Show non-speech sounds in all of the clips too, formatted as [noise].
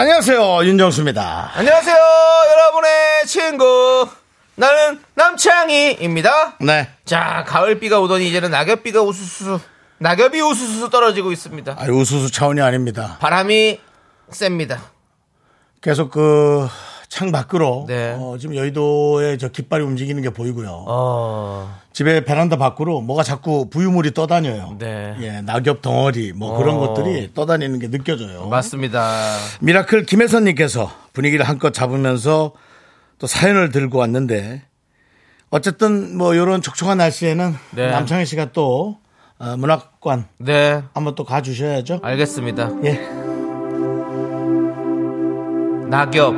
안녕하세요 윤정수입니다. 안녕하세요, 여러분의 친구. 나는 남창희입니다. 네. 자, 가을비가 오더니 이제는 낙엽비가 우수수, 낙엽이 우수수 떨어지고 있습니다. 아 우수수 차원이 아닙니다. 바람이 셉니다. 계속 그 창 밖으로 네. 어, 지금 여의도에 저 깃발이 움직이는 게 보이고요. 어, 집에 베란다 밖으로 뭐가 자꾸 부유물이 떠다녀요. 네. 예, 낙엽 덩어리 뭐 그런 어. 것들이 떠다니는 게 느껴져요. 맞습니다. 미라클 김혜선님께서 분위기를 한껏 잡으면서 또 사연을 들고 왔는데 어쨌든 뭐 이런 촉촉한 날씨에는 네. 남창희 씨가 또 어, 문학관 네, 한번 또 가주셔야죠. 알겠습니다. 예. 낙엽,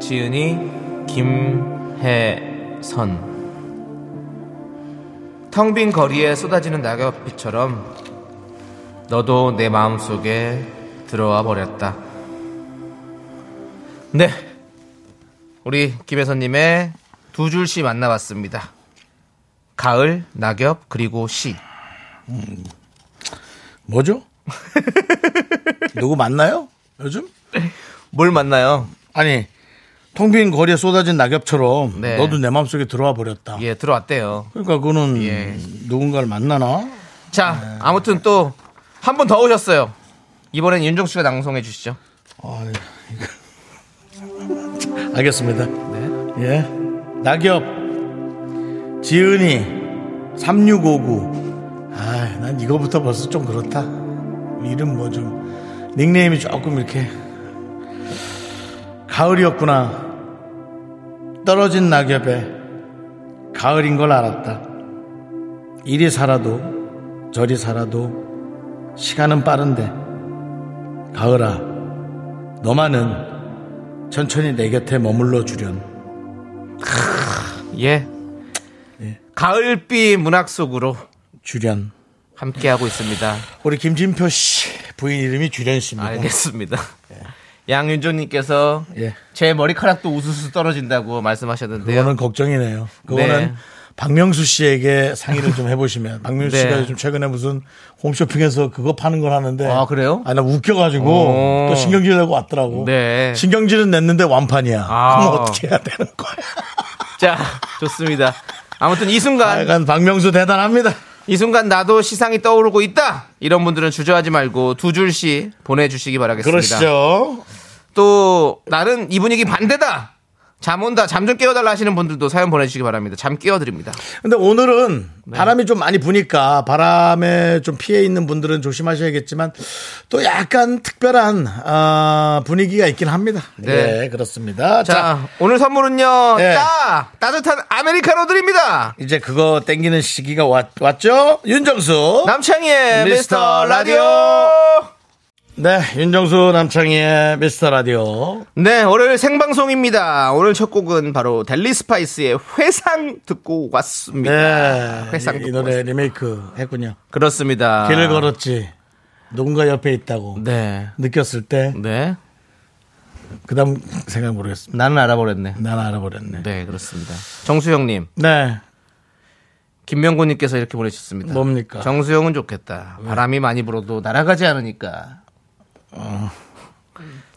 지은이, 김혜선. 텅 빈 거리에 쏟아지는 낙엽빛처럼 너도 내 마음속에 들어와 버렸다. 네. 우리 김혜선님의 두 줄시 만나봤습니다. 가을, 낙엽, 그리고 시. [laughs] 뭐죠? 누구 만나요? 요즘? 뭘 만나요? 아니 텅 빈 거리에 쏟아진 낙엽처럼 네. 너도 내 마음속에 들어와 버렸다. 예, 들어왔대요. 그러니까 그거는 예. 누군가를 만나나? 자, 아무튼 또 한 분 더 오셨어요. 이번엔 윤정 씨가 낭송해 주시죠. 아, 이거. 알겠습니다. 예. 낙엽, 지은이, 3659. 아, 난 이거부터 벌써 좀 그렇다. 이름 뭐 좀, 닉네임이 조금 이렇게. 가을이었구나. 떨어진 낙엽에 가을인 걸 알았다. 이리 살아도 저리 살아도 시간은 빠른데 가을아 너만은 천천히 내 곁에 머물러 주련. 예. 가을비 문학 속으로 주련. 함께 하고 있습니다. 우리 김진표 씨 부인 이름이 주련 씨입니다. 알겠습니다. 양윤조님께서 예. 제 머리카락도 우수수 떨어진다고 말씀하셨는데요. 그거는 걱정이네요. 그거는 네. 박명수 씨에게 상의를 좀 해보시면 박명수 네. 씨가 요즘 최근에 무슨 홈쇼핑에서 그거 파는 걸 하는데 아, 그래요? 아, 나 웃겨가지고 어. 또 신경질 내고 왔더라고. 네. 신경질은 냈는데 완판이야. 아. 그럼 어떻게 해야 되는 거야? 자, 좋습니다. 아무튼 이 순간 약간 박명수 대단합니다. 이 순간 나도 시상이 떠오르고 있다. 이런 분들은 주저하지 말고 두 줄씩 보내주시기 바라겠습니다. 그러시죠. 또 나는 이 분위기 반대다. 잠 온다. 잠 좀 깨워달라 하시는 분들도 사연 보내주시기 바랍니다. 잠 깨워드립니다. 근데 오늘은 네. 바람이 좀 많이 부니까 바람에 좀 피해 있는 분들은 조심하셔야겠지만 또 약간 특별한 아, 분위기가 있긴 합니다. 네, 네. 그렇습니다. 자, 자, 오늘 선물은요. 네. 따 따뜻한 아메리카노 드립니다. 이제 그거 땡기는 시기가 왔, 죠 윤정수. 남창희의 미스터 미스터 라디오. 네, 윤정수 남창희의 미스터 라디오. 네, 월요일 생방송입니다. 오늘 첫 곡은 바로 델리 스파이스의 회상 듣고 왔습니다. 네, 회상 이, 이 듣고 노래 왔습니다. 리메이크 했군요. 그렇습니다. 길을 걸었지. 누군가 옆에 있다고 네. 느꼈을 때 네. 그다음 생각 모르겠습니다. 나는 알아버렸네. 난 알아버렸네. 네, 그렇습니다. 정수영님, 네. 김명곤님께서 이렇게 보내주셨습니다. 뭡니까? 정수영은 좋겠다. 바람이 많이 불어도 날아가지 않으니까.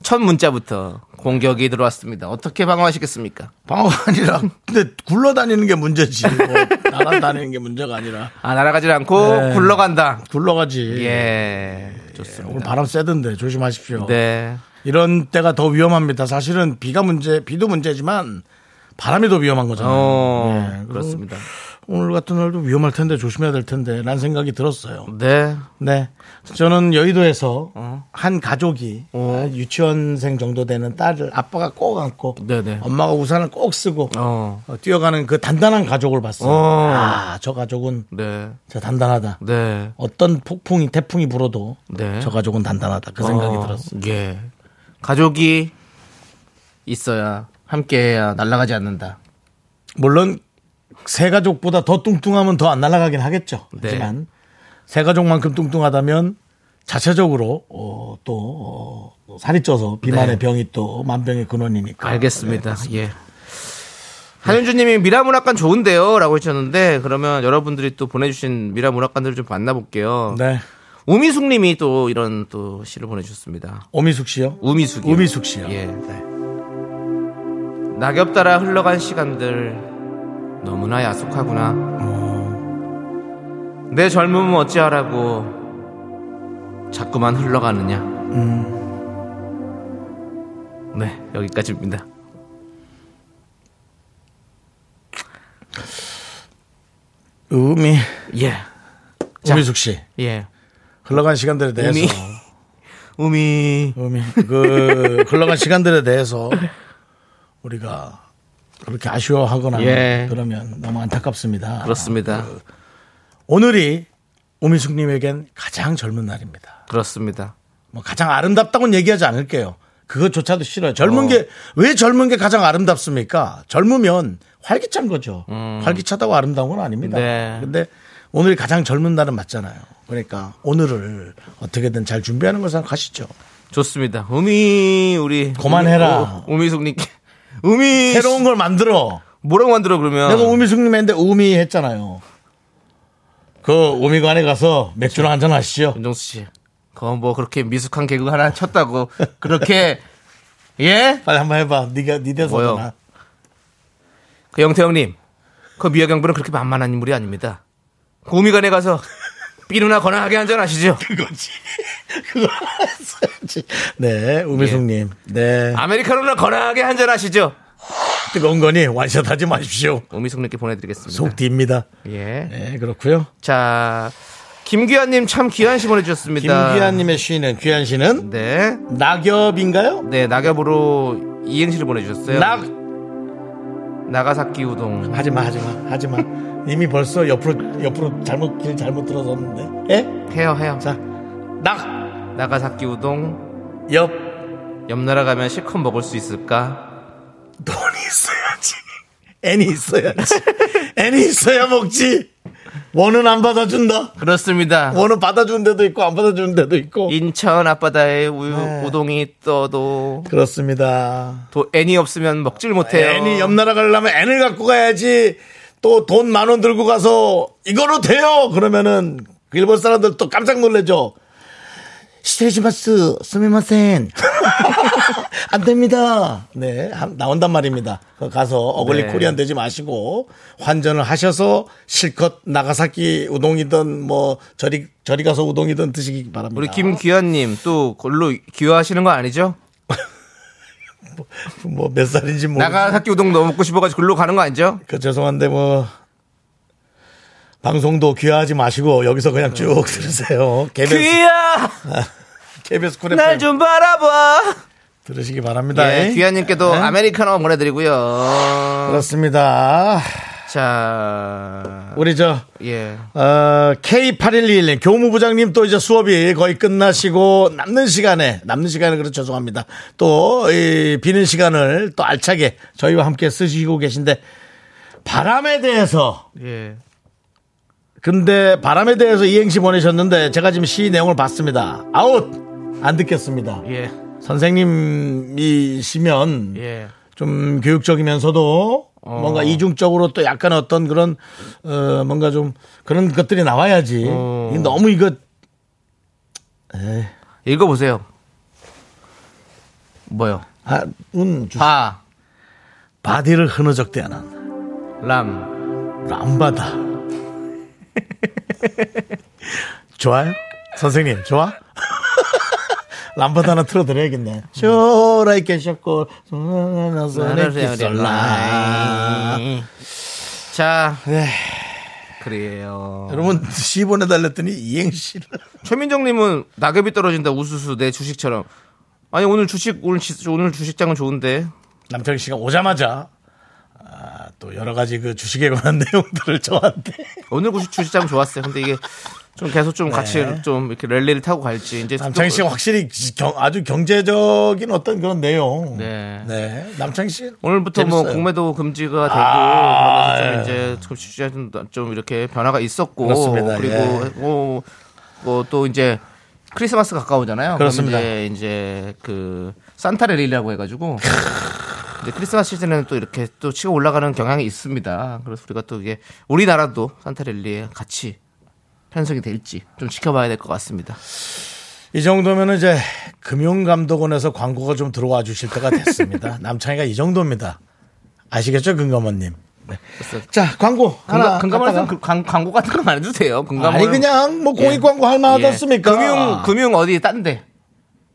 첫 문자부터 공격이 들어왔습니다. 어떻게 방어하시겠습니까? 방어가 아니라 근데 굴러다니는 게 문제지 뭐 날아다니는 게 문제가 아니라 아, 날아가지 않고 네. 굴러간다. 굴러가지 예, 오늘 좋습니다. 바람 세던데 조심하십시오 네. 이런 때가 더 위험합니다 사실은 비가 문제 비도 문제지만 바람이 더 위험한 거잖아요 어, 예, 그렇습니다. 오늘 같은 날도 위험할 텐데 조심해야 될 텐데 라는 생각이 들었어요 네. 네 저는 여의도에서 한 가족이 어. 유치원생 정도 되는 딸을 아빠가 꼭 안고 네네. 엄마가 우산을 꼭 쓰고 어. 어, 뛰어가는 그 단단한 가족을 봤어요. 어. 아, 저 가족은 네. 진짜 단단하다. 네. 어떤 폭풍이 태풍이 불어도 네. 저 가족은 단단하다. 그 생각이 어, 들었어요. 예. 가족이 있어야 함께해야 날아가지 않는다. 물론 세 가족보다 더 뚱뚱하면 더 안 날아가긴 하겠죠. 네. 하지만 세 가족만큼 뚱뚱하다면 자체적으로 어, 또 어, 살이 쪄서 비만의 네. 병이 또 만병의 근원이니까. 알겠습니다. 예. 그러니까 한현주님이 미라문학관 좋은데요라고 하셨는데 그러면 여러분들이 또 보내주신 미라문학관들을 좀 만나볼게요. 네. 우미숙님이 또 이런 또 시를 보내주셨습니다. 오미숙 씨요. 우미숙이 우미숙 씨요. 예. 네. 낙엽 따라 흘러간 시간들 너무나 야속하구나. 내 젊음은 어찌하라고 자꾸만 흘러가느냐. 음. 네 여기까지입니다. 우미 예. 자. 우미숙 씨 예. 흘러간 시간들에 대해서 우미. 우미. 우미 그 [laughs] 흘러간 시간들에 대해서 우리가 그렇게 아쉬워하거나 예. 그러면 너무 안타깝습니다. 그렇습니다. 오늘이 오미숙님에겐 가장 젊은 날입니다. 그렇습니다. 뭐 가장 아름답다고는 얘기하지 않을게요. 그것조차도 싫어요. 젊은 게 왜 젊은 게 가장 아름답습니까? 젊으면 활기찬 거죠. 활기차다고 아름다운 건 아닙니다. 네. 근데 오늘이 가장 젊은 날은 맞잖아요. 그러니까 오늘을 어떻게든 잘 준비하는 걸 생각하시죠. 좋습니다. 우미 우리 그만해라. 우- 우미숙님께 우미 새로운 걸 만들어. 뭐라고 만들어 그러면 내가 우미숙님 했는데 우미 했잖아요. 그 우미관에 가서 맥주나 그렇죠. 한잔 하시죠. 윤정수 씨 그거 뭐 그렇게 미숙한 개그 하나 [laughs] 쳤다고 그렇게 예? 빨리 한번 해봐. 네가 네 뭐요? 대사잖아. 그 영태형님 그 미화경부는 그렇게 만만한 인물이 아닙니다. 그 우미관에 가서 삐루나 거나하게 [laughs] 한잔 하시죠. 그거지. 그거 알았어야지. 네, 우미숙님. 네. 예. 아메리카노나 거나하게 한잔 하시죠. 뜨거운 거니 완샷 하지 마십시오. 우미숙님께 보내드리겠습니다. 속 뒤입니다. 예. 네, 그렇고요 자 김규환님 참 귀한 시 보내주셨습니다. 김귀한님의 시는, 귀한 시는 네. 낙엽인가요? 네, 낙엽으로 이행시를 보내주셨어요. 낙. 나가사키 우동. 하지 마, 하지 마, 하지 마. 이미 벌써 옆으로, 옆으로 잘못, 길 잘못 들어섰는데. 예? 해요, 해요. 자, 낙. 나가사키 우동. 옆. 옆나라 가면 실컷 먹을 수 있을까? 돈이 있어야지. 애니 있어야지. 애니 있어야 먹지. 원은 안 받아준다. 그렇습니다. 원은 받아주는 데도 있고, 안 받아주는 데도 있고. 인천 앞바다에 우유, 네. 우동이 떠도 그렇습니다. 또 애니 없으면 먹질 못해요. 애니 옆나라 가려면 애를 갖고 가야지 또 돈 만 원 들고 가서 이거로 돼요 그러면은 그 일본 사람들 또 깜짝 놀래죠 시테시마스 스미마센 [laughs] 안 됩니다 네 함- 나온단 말입니다 거 가서 어글리 네. 코리안 되지 마시고 환전을 하셔서 실컷 나가사키 우동이든 뭐 저리 저리 가서 우동이든 드시기 바랍니다 우리 김귀환님 또 걸로 귀화하시는 거 아니죠? 뭐 몇 살인지 모르겠어요 나가사키 우동 너무 먹고 싶어가지고 글로 가는 거 아니죠? 그 죄송한데 뭐 방송도 귀화하지 마시고 여기서 그냥 쭉 들으세요. KBS, 음. 귀야 KBS 쿨 날 FM 좀 바라봐. 들으시기 바랍니다. 예, 귀환님께도 네. 아메리카노 보내드리고요. 그렇습니다. 자, 우리 저 예. 어, K8121님 교무부장님 또 이제 수업이 거의 끝나시고 남는 시간에 남는 시간에 그래 죄송합니다. 또 이, 비는 시간을 또 알차게 저희와 함께 쓰시고 계신데 바람에 대해서 예. 근데 바람에 대해서 이행시 보내셨는데 제가 지금 시 내용을 봤습니다. 아웃 안 듣겠습니다. 예. 선생님이시면 예. 좀 교육적이면서도 뭔가 이중적으로 또 약간 어떤 그런 어, 뭔가 좀 그런 것들이 나와야지 어. 이게 너무 이거 읽어 보세요. 뭐요? 아, 운 주- 바, 바디를 흐느적대하는 람. 람바다 좋아요 선생님 좋아 [laughs] 람바다 하나 틀어드려야겠네 쇼라이 캐셔콜 솔라 자, 예. 네. 그래요. 여러분 시 보내달랬더니 이행시를 최민정 님은 낙엽이 떨어진다 우수수 내 주식처럼. 아니 오늘 주식 오늘 지- 오늘 주식장은 좋은데. 남창희 씨가 오자마자 아, 또 여러 가지 그 주식에 관한 [laughs] 내용들을 저한테 오늘 구식 주시장 좋았어요. 근데 이게 좀 계속 좀 같이 좀 이렇게 랠리를 타고 갈지 이제 남창희 씨가 또- 확실히 지- 경- 아주 경제적인 어떤 그런 내용. 네. 네. 남창희 씨. 오늘부터 뭐 재밌어요. 공매도 금지가 되고 아, 그러면서 좀 예. 이제 좀 주시장 좀, 좀 이렇게 변화가 있었고 그렇습니다. 그리고 예. 뭐, 뭐또 이제 크리스마스 가까우잖아요. 그렇습니다. 그럼 이제 이제 그 산타레일이라고 해가지고 [laughs] 이제 크리스마스 시즌에는 또 이렇게 또 치고 올라가는 경향이 있습니다. 그래서 우리가 또 이게 우리나라도 산타레일리에 같이 편성이 될지 좀 지켜봐야 될 것 같습니다. 이 정도면 이제 금융감독원에서 광고가 좀 들어와 주실 때가 됐습니다. [laughs] 남창희가 이 정도입니다. 아시겠죠, 금감원님? 네. 그래서 자, 광고. 하나. 금감, 금감원에서 갖다가. 그 광- 광고 같은 건 안 해도 돼요. 금감원 예. 아니, 그냥 뭐 공익 광고 할 만하지 않습니까? 아, 금융 금융 어디 딴데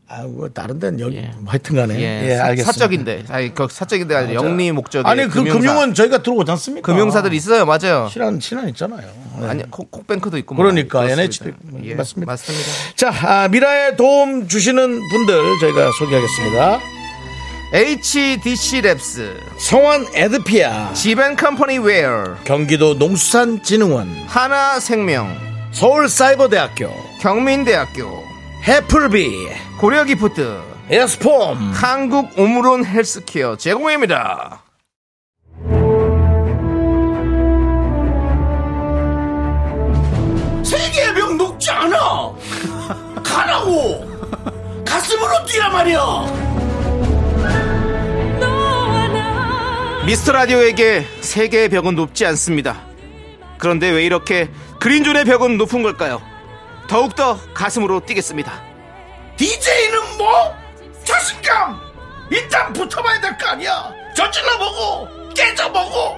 아이고, 다른 데는 여기 예. 하여튼 간에. 예, 사- 알겠습니다. 사적인데 아니 그 사적인데 아니라 영리 목적의 아니, 그 금융사. 금융은 저희가 들어오지 않습니까? 금융사들 있어요 맞아요 신한, 신한 있잖아요. 네. 아니 콕- 콕뱅크도 있고 그러니까, 뭐 NH도 그렇습니다. 있고, 예, 맞습니다. 맞습니다 자, 아, 미라에 도움 주시는 분들 저희가 소개하겠습니다. HDC 랩스 성환 에드피아, 지벤컴퍼니 웨어 경기도 농수산진흥원, 하나생명 서울사이버대학교, 경민대학교 해플비, 고려기프트 에스폼, 한국 오므론 헬스케어 제공입니다 세계의 병 녹지 않아! 가라고! 가슴으로 뛰란 말이야! 미스터 라디오에게 세계의 벽은 높지 않습니다. 그런데 왜 이렇게 그린존의 벽은 높은 걸까요? 더욱더 가슴으로 뛰겠습니다. DJ는 뭐? 자신감! 일단 붙어봐야 될 거 아니야! 저질러보고, 깨져보고,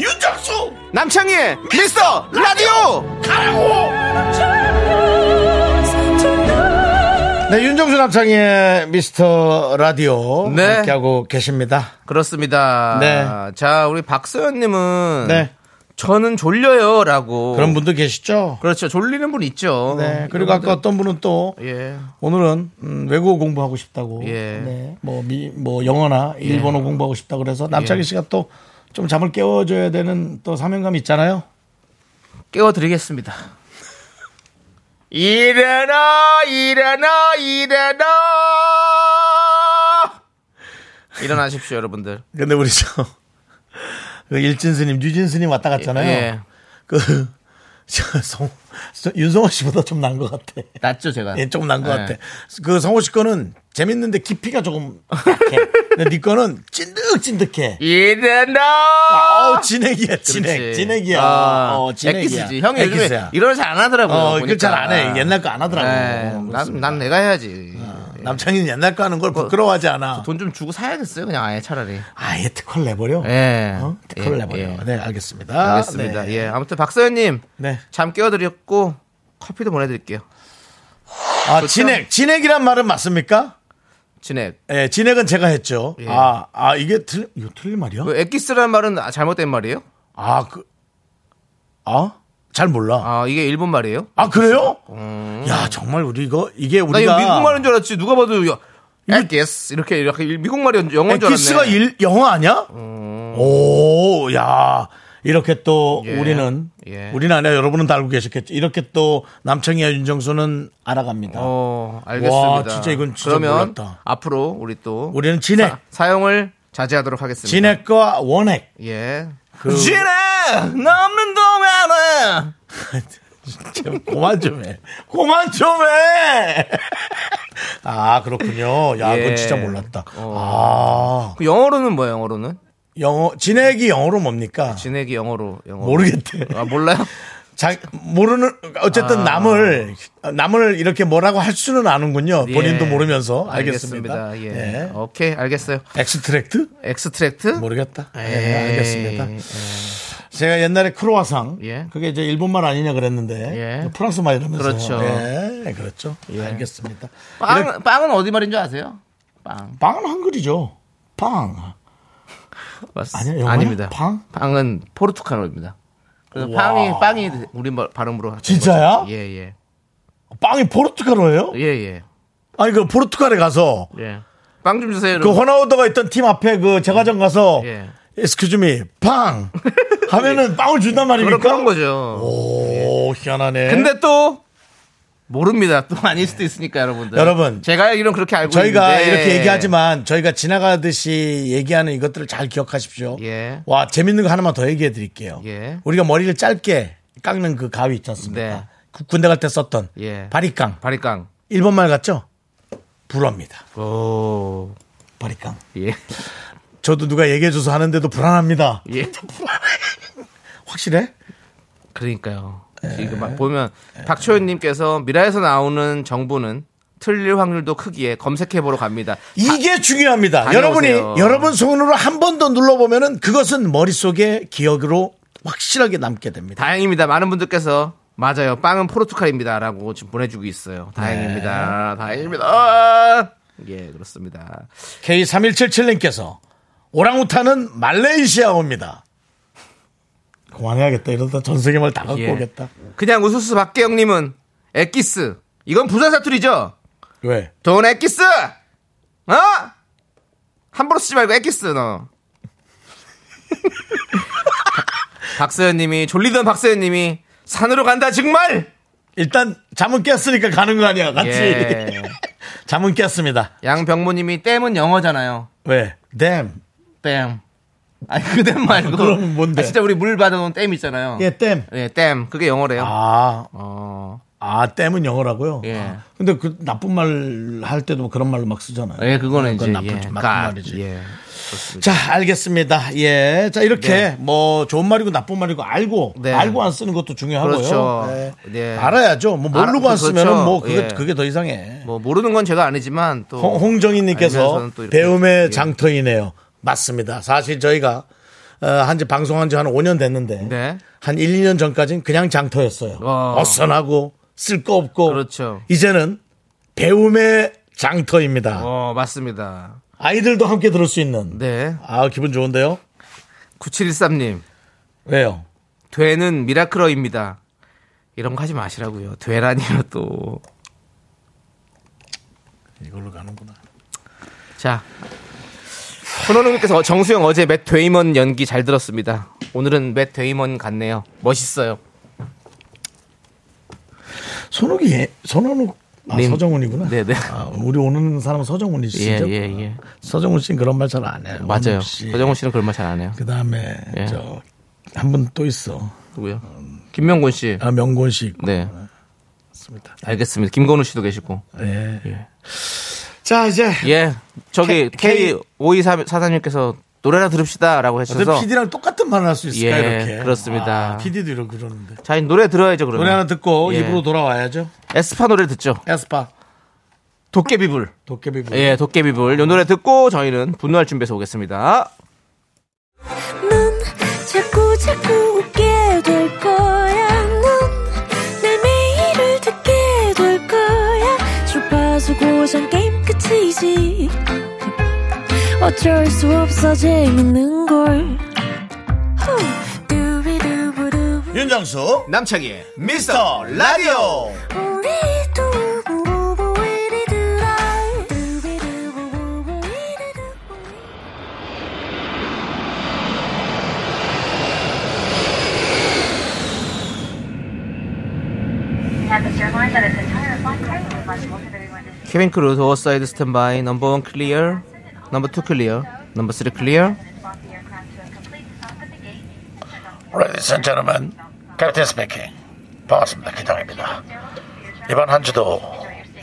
윤정수! 남창희의 미스터 라디오! 네, 윤정수 남창의 미스터 라디오 네. 함께 하고 계십니다. 그렇습니다. 네. 자, 우리 박서연님은 네. 저는 졸려요 라고. 그런 분도 계시죠? 그렇죠. 졸리는 분 있죠. 네. 그리고 아까 어떤 분은 또 예. 오늘은 음, 외국어 공부하고 싶다고. 예. 네. 뭐, 미, 뭐 영어나 일본어 공부하고 싶다고 그래서 예. 남창희 씨가 또 좀 잠을 깨워줘야 되는 또 사명감이 있잖아요. [laughs] 깨워드리겠습니다. 일어나, 일어나, 일어나! 일어나십시오, 여러분들. 근데 우리 저, [laughs] 그 일진 스님, 유진 스님 왔다 갔잖아요. 예. 그, [laughs] 저, 송, 저 윤성호 씨보다 좀 나은 것 같아. 낫죠, 제가. 예, 조금 난것 예. 같아. 그 성호 씨 거는 재밌는데 깊이가 조금 약해. 근데 네 거는 찐득찐득해. 일어나! 아우, 진액이야, 진액. 그렇지. 진액이야. 아, 어, 진액이야. 엑기스지. 형이 요즘에 엑기스야. 이런 잘안 하더라고요. 어, 보니까. 그걸 잘안 해. 옛날 거 안 어, 네, 하더라고. 난, 난 내가 해야지. 아. 남창이는 옛날 거 하는 걸 뭐, 부끄러워하지 않아. 돈 좀 주고 사야겠어요, 그냥 아예 차라리. 아예 특허를 내버려? 예. 어? 특허를 예, 내버려. 예. 네, 알겠습니다. 알겠습니다. 네. 예. 아무튼 박서연님. 네. 잠 깨워드렸고, 커피도 보내드릴게요. 아, 진액. 진액이란 말은 맞습니까? 진액. 예, 진액은 제가 했죠. 예. 아, 아, 이게 틀, 이거 틀린 말이야? 그 엑기스라는 말은 아, 잘못된 말이에요? 아, 그, 아? 잘 몰라. 아, 이게 일본 말이에요? 아, 그래요? 야, 정말 우리 이거, 이게 나 이거 우리가. 미국 말인 줄 알았지. 누가 봐도 야, 엑기스 이렇게 이렇게 미국 말이 영어인 줄 알았네. 음. 엑기스가 일, 영어 아니야? 오, 야. 이렇게 또 예. 우리는 예. 우리는 아니야 여러분은 다 알고 계셨겠죠. 이렇게 또 남청이와 윤정수는 알아갑니다. 어, 알겠습니다. 와, 진짜 이건 진짜 그러면 몰랐다. 앞으로 우리 또 우리는 진액, 사용을 자제하도록 하겠습니다. 진액과 원액. 예. 그 진액 넘는 동안에 [laughs] 진짜 그만 좀 해. 그만 좀 해. 아 그렇군요. 야, 예. 그건 진짜 몰랐다. 아, 그 영어로는 뭐예요? 영어로는 영어 진액이 영어로 뭡니까? 진액이 영어로 영어. 모르겠대. 아 몰라요? 자, 모르는 어쨌든 남을 남을 이렇게 뭐라고 할 수는 아는군요. [laughs] 본인도 예. 모르면서 알겠습니다. 예. 예. 오케이 알겠어요. 엑스트랙트 엑스트랙트 모르겠다. 예, 에이. 알겠습니다. 제가 옛날에 크로아상 예. 그게 이제 일본말 아니냐 그랬는데 예. 프랑스 말이라면서 그렇죠. 예, 그렇죠. 알겠습니다. 빵 이렇게- 빵은 어디 말인 줄 아세요? 빵. 빵은 한글이죠. 빵. 맞- 아니요, 영어는 아닙니다. 빵? 은 포르투갈어입니다. 그래서 와. 빵이 빵이 우리 말- 발음으로 하는 진짜야? 거죠. 예, 예. 빵이 포르투갈어예요? 예, 예. 아니 그 포르투갈에 가서 예. 빵 좀 주세요. 그 여러분. 호나우드가 있던 팀 앞에 그 제과점 가서 예. 에스큐즈 미, 빵! [laughs] 하면은 빵을 준단 말입니까? 그런 그런 거죠. 오, 희한하네. 근데 또 모릅니다. 또 아닐 수도 있으니까 여러분들. 여러분. 제가 알기론 그렇게 알고 저희가 있는데 이렇게 얘기하지만 저희가 지나가듯이 얘기하는 이것들을 잘 기억하십시오. 예. 와, 재밌는 거 하나만 더 얘기해 드릴게요. 예. 우리가 머리를 짧게 깎는 그 가위 있지 않습니까? 네. 그 군대 갈 때 썼던 예. 바리깡. 바리깡. 일본 말 같죠? 불어입니다. 오. 바리깡. 예. 저도 누가 얘기해줘서 하는데도 불안합니다. 예. 확실해? 그러니까요. 이거 막 보면 박초연님께서 미라에서 나오는 정보는 틀릴 확률도 크기에 검색해 보러 갑니다. 이게 중요합니다. 다녀오세요. 여러분이 여러분 손으로 한 번 더 눌러보면은 그것은 머릿속에 기억으로 확실하게 남게 됩니다. 다행입니다. 많은 분들께서 맞아요. 빵은 포르투갈입니다라고 지금 보내주고 있어요. 네. 다행입니다. 다행입니다. 예, 그렇습니다. K3177님께서 오랑우탄은 말레이시아어입니다. 그만해야겠다. 이러다 전 세계말 다 갖고 예. 오겠다. 그냥 우수수 박계영님은 에키스. 이건 부산 사투리죠. 왜? 돈 에키스. 어? 함부로 쓰지 말고 에키스 너. [laughs] 박서연님이 졸리던 박서연님이 산으로 간다 정말. 일단 잠은 깼으니까 가는 거 아니야. 같이. 예. [laughs] 잠은 깼습니다. 양병모님이 댐은 영어잖아요. 왜? 댐. 댐. 아니 그댐 말고. 그럼 뭔데? 아, 진짜 우리 물 받아놓은 댐 있잖아요. 예, 댐. 예, 댐. 그게 영어래요. 아, 어. 아, 댐은 영어라고요? 예. 아, 근데 그 나쁜 말 할 때도 뭐 그런 말로 막 쓰잖아요. 예, 그거는 이제 그건 나쁜, 예. 나쁜 갓. 말이지. 예. 자, 알겠습니다. 예. 자, 이렇게 뭐 좋은 말이고 나쁜 말이고 알고 네. 알고 안 쓰는 것도 중요하고요. 그렇죠. 예. 네. 알아야죠. 뭐 모르고 알아- 안 쓰면은 그렇죠. 뭐 그게 예. 그게 더 이상해. 뭐 모르는 건 제가 아니지만 또 홍, 홍정희 님께서 알면서는 또 이렇게- 배움의 예. 장터이네요. 맞습니다. 사실 저희가 어, 한지 방송한 지 한 5년 됐는데 네. 한 1, 2년 전까지는 그냥 장터였어요. 어. 어선하고 쓸 거 없고 그렇죠. 이제는 배움의 장터입니다. 어, 맞습니다. 아이들도 함께 들을 수 있는 네. 아 기분 좋은데요. 9713님. 왜요? 되는 미라클어입니다. 이런 거 하지 마시라고요. 되라니요 또. 이걸로 가는구나. 자. 손호님께서 정수영 어제 맷 데이먼 연기 잘 들었습니다. 오늘은 맷 데이먼 같네요. 멋있어요. 손욱이 손원욱 아, 님. 서정훈이구나. 네네. 아, 우리 오는 사람은 서정훈이 씨죠. 예, 예, 예. 서정훈 씨는 그런 말 잘 안 해요. 맞아요. 원욱 씨. 서정훈 씨는 그런 말 잘 안 해요. 그다음에 예. 저 한 분 또 있어. 누구요? 음. 김명곤 씨. 아, 명곤 씨 있고. 네. 알겠습니다. 김건우 씨도 [laughs] 계시고. 예. 예. 자 이제 예. 저기 K- K5243님께서 노래나 들읍시다라고 어떻게 하셔서 PD랑 그 똑같은 말을 할 수 있을까 예, 이렇게. 그렇습니다. 아, PD도 이러고 그러는데. 자, 이 노래 들어야죠, 그러면. 노래 하나 듣고 예. 입으로 돌아와야죠. 에스파 노래 듣죠. 에스파 도깨비불. 도깨비. 부 예, 도깨비불. 요 노래 듣고 저희는 분노할 준비해서 오겠습니다. 넌 자꾸 자꾸 웃게 될 거야. 넌내 매일을 듣게 될 거야. 주파수 고정 게임 끝이지. 어쩔 수 없어 재밌는 걸. 후. 두비두부두. 윤정수 남창희의 미스터 라디오. 우리 두부부부 우리 두라. 두비두부부부 우리 두부. 케빈 크루 도어사이드 스탠바이 넘버 원 클리어 넘버 투 클리어 넘버 쓰리 클리어 Ladies and gentlemen, 캡틴 스피킹 반갑습니다. 기장입니다. 이번 한 주도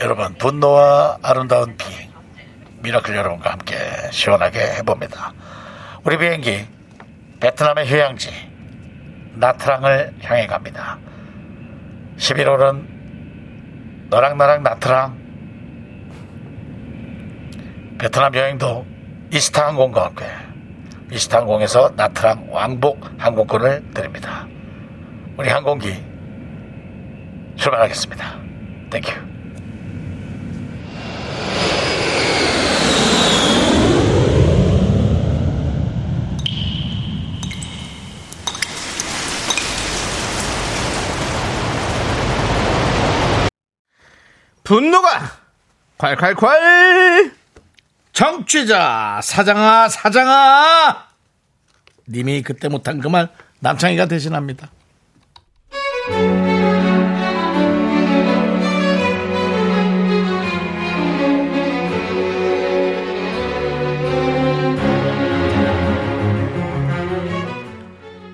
여러분 분노와 아름다운 비행 미라클 여러분과 함께 시원하게 해봅니다. 우리 비행기 베트남의 휴양지 나트랑을 향해 갑니다. 11월은 너랑 나랑 나트랑 베트남 여행도 이스타 항공과 함께 이스탄공에서 나트랑 왕복 항공권을 드립니다. 우리 항공기 출발하겠습니다. 땡큐. 분노가 콸콸콸 정취자 사장아 사장아 님이 그때 못한 그 말 남창희가 대신합니다.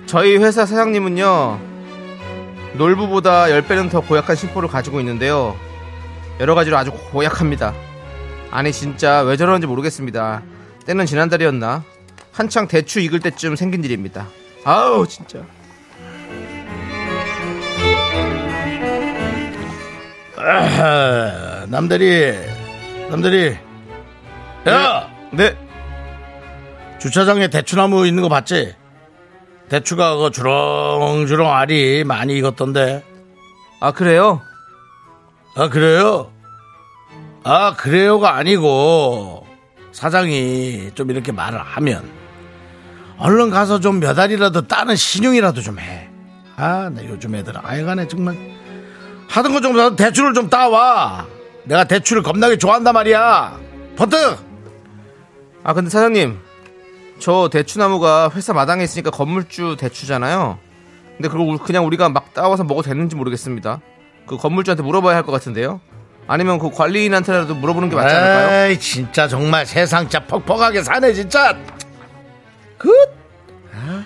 저희 회사 사장님은요 놀부보다 10배는 더 고약한 심보를 가지고 있는데요 여러 가지로 아주 고약합니다 아니 진짜 왜 저러는지 모르겠습니다 때는 지난달이었나 한창 대추 익을 때쯤 생긴 일입니다 아우 진짜 아, 남들이 남들이 야 네 주차장에 대추나무 있는 거 봤지? 대추가 그 주렁주렁 알이 많이 익었던데. 아 그래요? 아 그래요? 아 그래요가 아니고 사장이 좀 이렇게 말을 하면 얼른 가서 좀 몇 알이라도 따는 신용이라도 좀 해. 아, 나 요즘 애들 아예간에 정말 하던 거 좀 나도 대출을 좀 따와. 내가 대출을 겁나게 좋아한단 말이야. 버트. 아 근데 사장님 저 대추나무가 회사 마당에 있으니까 건물주 대추잖아요 근데 그걸 우- 그냥 우리가 막 따와서 먹어도 되는지 모르겠습니다 그 건물주한테 물어봐야 할 것 같은데요 아니면 그 관리인한테라도 물어보는 게 맞지 않을까요? 에이, 진짜 정말 세상 진짜 퍽퍽하게 사네 진짜. 그, 아,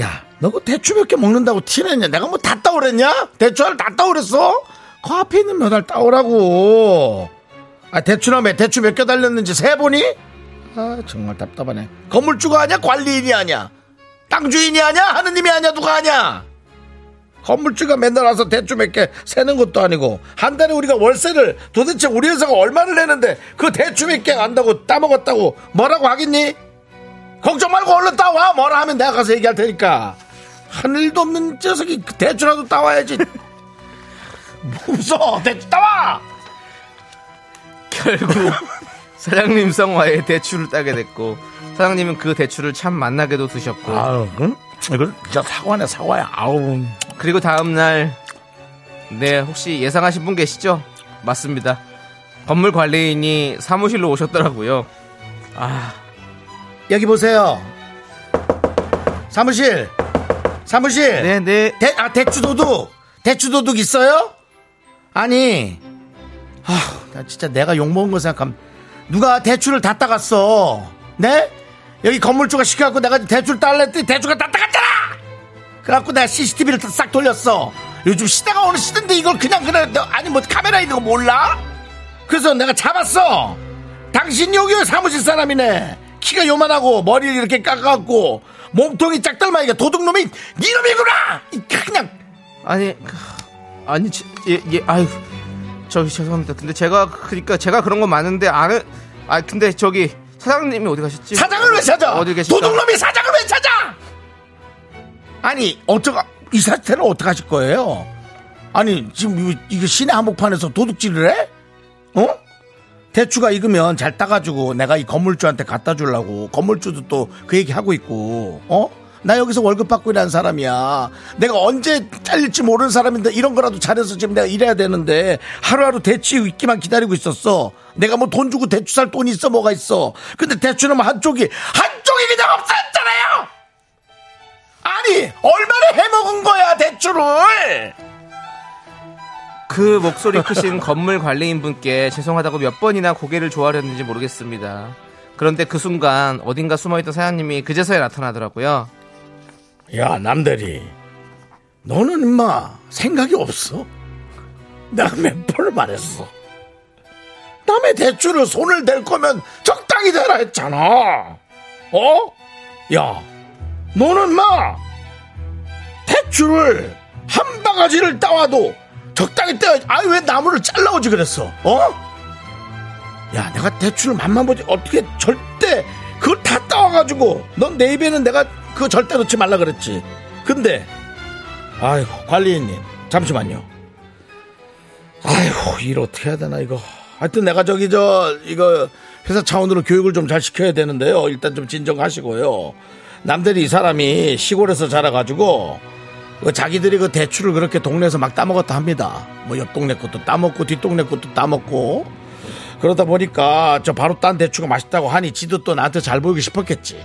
야, 너 그 대추 몇 개 먹는다고 티냈냐? 내가 뭐 다 따오랬냐? 대추 하나 다 따오랬어? 그 앞에 있는 몇 알 따오라고. 아, 대추나무에 대추 몇 개 달렸는지 세 보니? 아, 정말 답답하네. 건물주가 아냐? 관리인이 아냐? 땅주인이 아냐? 하느님이 아냐? 누가 아냐? 건물주가 맨날 와서 대출 몇개 세는 것도 아니고 한 달에 우리가 월세를 도대체 우리 회사가 얼마를 내는데 그 대출 몇개 안다고 따먹었다고 뭐라고 하겠니? 걱정 말고 얼른 따와 뭐라 하면 내가 가서 얘기할 테니까 한 일도 없는 녀석이 그 대출라도 따와야지 [laughs] 무서워 대출 따와 결국 사장님 성화에 대추를 따게 됐고 사장님은 그 대추를 참 맛나게도 드셨고 아유 응? 이건 진짜 사과네 사과야 아우 그리고 다음날 네 혹시 예상하신 분 계시죠? 맞습니다 건물 관리인이 사무실로 오셨더라고요 여기 보세요 사무실 사무실 네네 대, 아, 대추도둑! 대추도둑 있어요? 아니, 아, 나 진짜 내가 욕먹은 거 생각하면, 누가 대추를 다 따갔어. 네? 여기 건물주가 시켜갖고 내가 대추를 따랬더니 대추가 다 따갔잖아! 그래갖고 내가 CCTV를 싹 돌렸어. 요즘 시대가 어느 시대인데 이걸 그냥, 그냥, 너- 아니 뭐 카메라 있는 거 몰라? 그래서 내가 잡았어! 당신 여기 사무실 사람이네! 키가 요만하고 머리를 이렇게 깎아갖고 몸통이 짝달마이가 도둑놈이 니놈이구나! 이 그냥 아니 그, 아니 제- 예, 예 아유 저기 죄송합니다 근데 제가 그러니까 제가 그런 건 많은데 아는 아 근데 저기 사장님이 어디 가셨지? 사장을 왜 찾아? 어디 계십니까? 도둑놈이 사장을 왜 찾아? 아니 어쩌가 이 사태는 어떻게 하실 거예요? 아니 지금 이거, 이거 시내 한복판에서 도둑질을 해? 어? 대추가 익으면 잘 따가지고 내가 이 건물주한테 갖다 주려고 건물주도 또 그 얘기 하고 있고 어? 나 여기서 월급 받고 일하는 사람이야. 내가 언제 잘릴지 모르는 사람인데 이런 거라도 잘해서 지금 내가 일해야 되는데 하루하루 대추 있기만 기다리고 있었어. 내가 뭐 돈 주고 대추 살 돈이 있어 뭐가 있어. 근데 대추는 뭐 한쪽이 한쪽이 그냥 없어졌잖아요. 아니 얼마나 해먹은 거야 대추를. 그 목소리 크신 [laughs] 건물 관리인 분께 죄송하다고 몇 번이나 고개를 조아렸는지 모르겠습니다 그런데 그 순간 어딘가 숨어있던 사장님이 그제서야 나타나더라고요 야 남대리 너는 임마 생각이 없어 내가 몇 번을 말했어 남의 대출을 손을 댈 거면 적당히 대라 했잖아 어? 야 너는 마 대출을 한 바가지를 따와도 적당히 떼야지 아왜 나무를 잘라오지 그랬어 어? 야 내가 대출을 맛만 보지 어떻게 절대 그걸 다 따와가지고 넌 내 입에는 내가 그거 절대 넣지 말라 그랬지 근데 아이고 관리인님 잠시만요 아이고 일 어떻게 해야 되나 이거 하여튼 내가 저기 저 이거 회사 차원으로 교육을 좀 잘 시켜야 되는데요 일단 좀 진정하시고요 남들이 이 사람이 시골에서 자라가지고 그 자기들이 그 대추를 그렇게 동네에서 막 따먹었다 합니다 뭐 옆 동네 것도 따먹고 뒷 동네 것도 따먹고 그러다 보니까 저 바로 딴 대추가 맛있다고 하니 지도 또 나한테 잘 보이고 싶었겠지.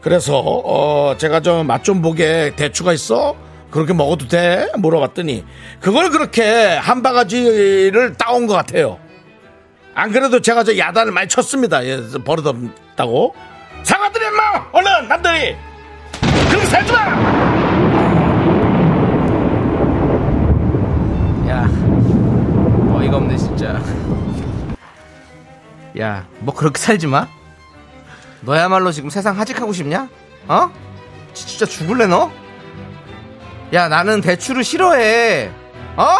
그래서 어, 제가 저 맛 좀 보게 대추가 있어? 그렇게 먹어도 돼? 물어봤더니 그걸 그렇게 한 바가지를 따온 것 같아요. 안 그래도 제가 저 야단을 많이 쳤습니다. 예, 버릇없다고. 사과드려 임마! 얼른 남들이! 그럼 살지 마! 야 어이가 없네 진짜 야 뭐 그렇게 살지 마 너야말로 지금 세상 하직하고 싶냐 어 지- 진짜 죽을래 너야 나는 대추를 싫어해 어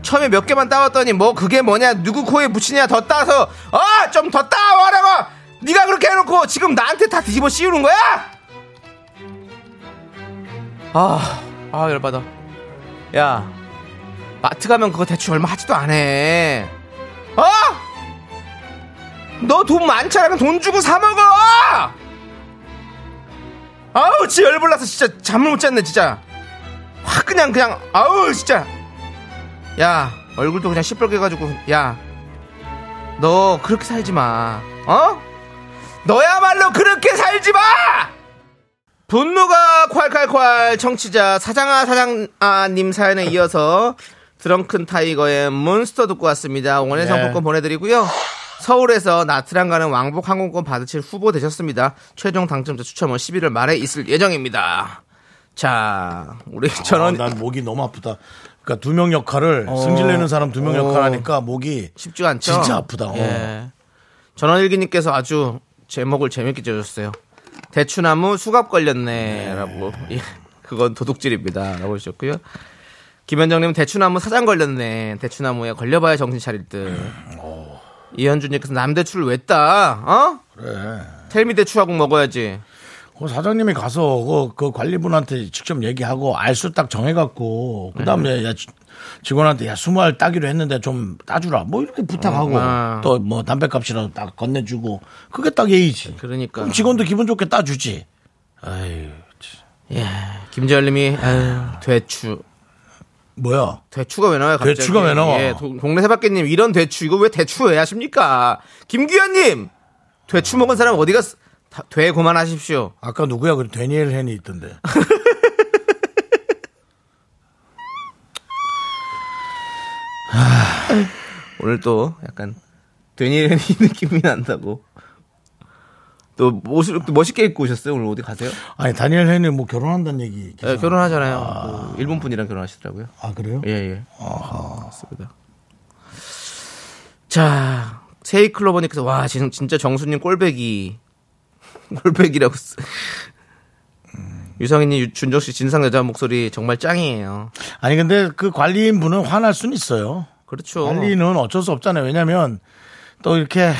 처음에 몇 개만 따왔더니 뭐 그게 뭐냐 누구 코에 묻히냐 더 따서 어 좀 더 따와라고 네가 그렇게 해놓고 지금 나한테 다 뒤집어 씌우는 거야 아 아, 열받아 야 마트 가면 그거 대충 얼마 하지도 안해 어? 너 돈 많잖아 그럼 돈 주고 사 먹어 아우 진짜 열불나서 진짜 잠을 못 잤네 진짜 확 그냥 그냥 아우 진짜 야 얼굴도 그냥 시뻘게 해가지고 야 너 그렇게 살지 마 어? 너야말로 그렇게 살지 마! 분노가 콸콸콸 청취자 사장아 사장아님 사연에 이어서 드렁큰 타이거의 몬스터 듣고 왔습니다. 원예 네. 상품권 보내드리고요. 서울에서 나트랑 가는 왕복 항공권 받으실 후보 되셨습니다. 최종 당첨자 추첨은 11월 말에 있을 예정입니다. 자, 우리 아, 전원 난 목이 너무 아프다. 그러니까 두 명 역할을 승질내는 사람 두 명 역할 하니까 목이 쉽지가 않죠. 진짜 아프다. 어. 예. 전원일기님께서 아주 제목을 재밌게 지어줬어요. 대추나무 수갑 걸렸네라고. 예. 그건 도둑질입니다라고 하셨고요. 김현정님 대추나무 사장 걸렸네. 대추나무에 걸려봐야 정신 차릴 듯. 음, 이현주님께서 남대추를 왜 따? 어? 어. 그래. 텔미 대추하고 먹어야지. 그 사장님이 가서 그, 그 관리분한테 직접 얘기하고 알수 딱 정해갖고 네. 그다음에 야, 지- 직원한테 야 수말 따기로 했는데 좀 따주라 뭐 이렇게 부탁하고 아. 또 뭐 담배값이라도 딱 건네주고 그게 딱 예의지. 그러니까. 그럼 직원도 기분 좋게 따주지. 예. 김재열님이 아유, 대추. 뭐야? 대추가 왜 나와요? 갑자기? 대추가 왜 나와? 예, 도- 동네 세바퀴님 이런 대추 이거 왜 대추 왜 하십니까? 김규현님 대추 먹은 사람 어디가 쓰- 다- 돼 그만하십시오. 아까 누구야? 그 데니엘 헨이 있던데. 오늘 또 약간 되니이 [laughs] 느낌이 난다고. 또 멋, 멋있게 입고 오셨어요? 오늘 어디 가세요? [laughs] 아니 다니엘 헨이 뭐 결혼한다는 얘기. 예, 결혼하잖아요. 그 일본 분이랑 결혼하시더라고요. 아 그래요? 예, 예. 맞습니다. 자, 세이클로버님께서, 와, 진- 진짜 정수님 꼴배기. [laughs] 꼴배기라고 쓰. 음. 유상희님, 유- 준정씨 진상 여자 목소리 정말 짱이에요. 아니 근데 그 관리인 분은 화날 순 있어요. 그렇죠. 관리는 어쩔 수 없잖아요. 왜냐하면 또 이렇게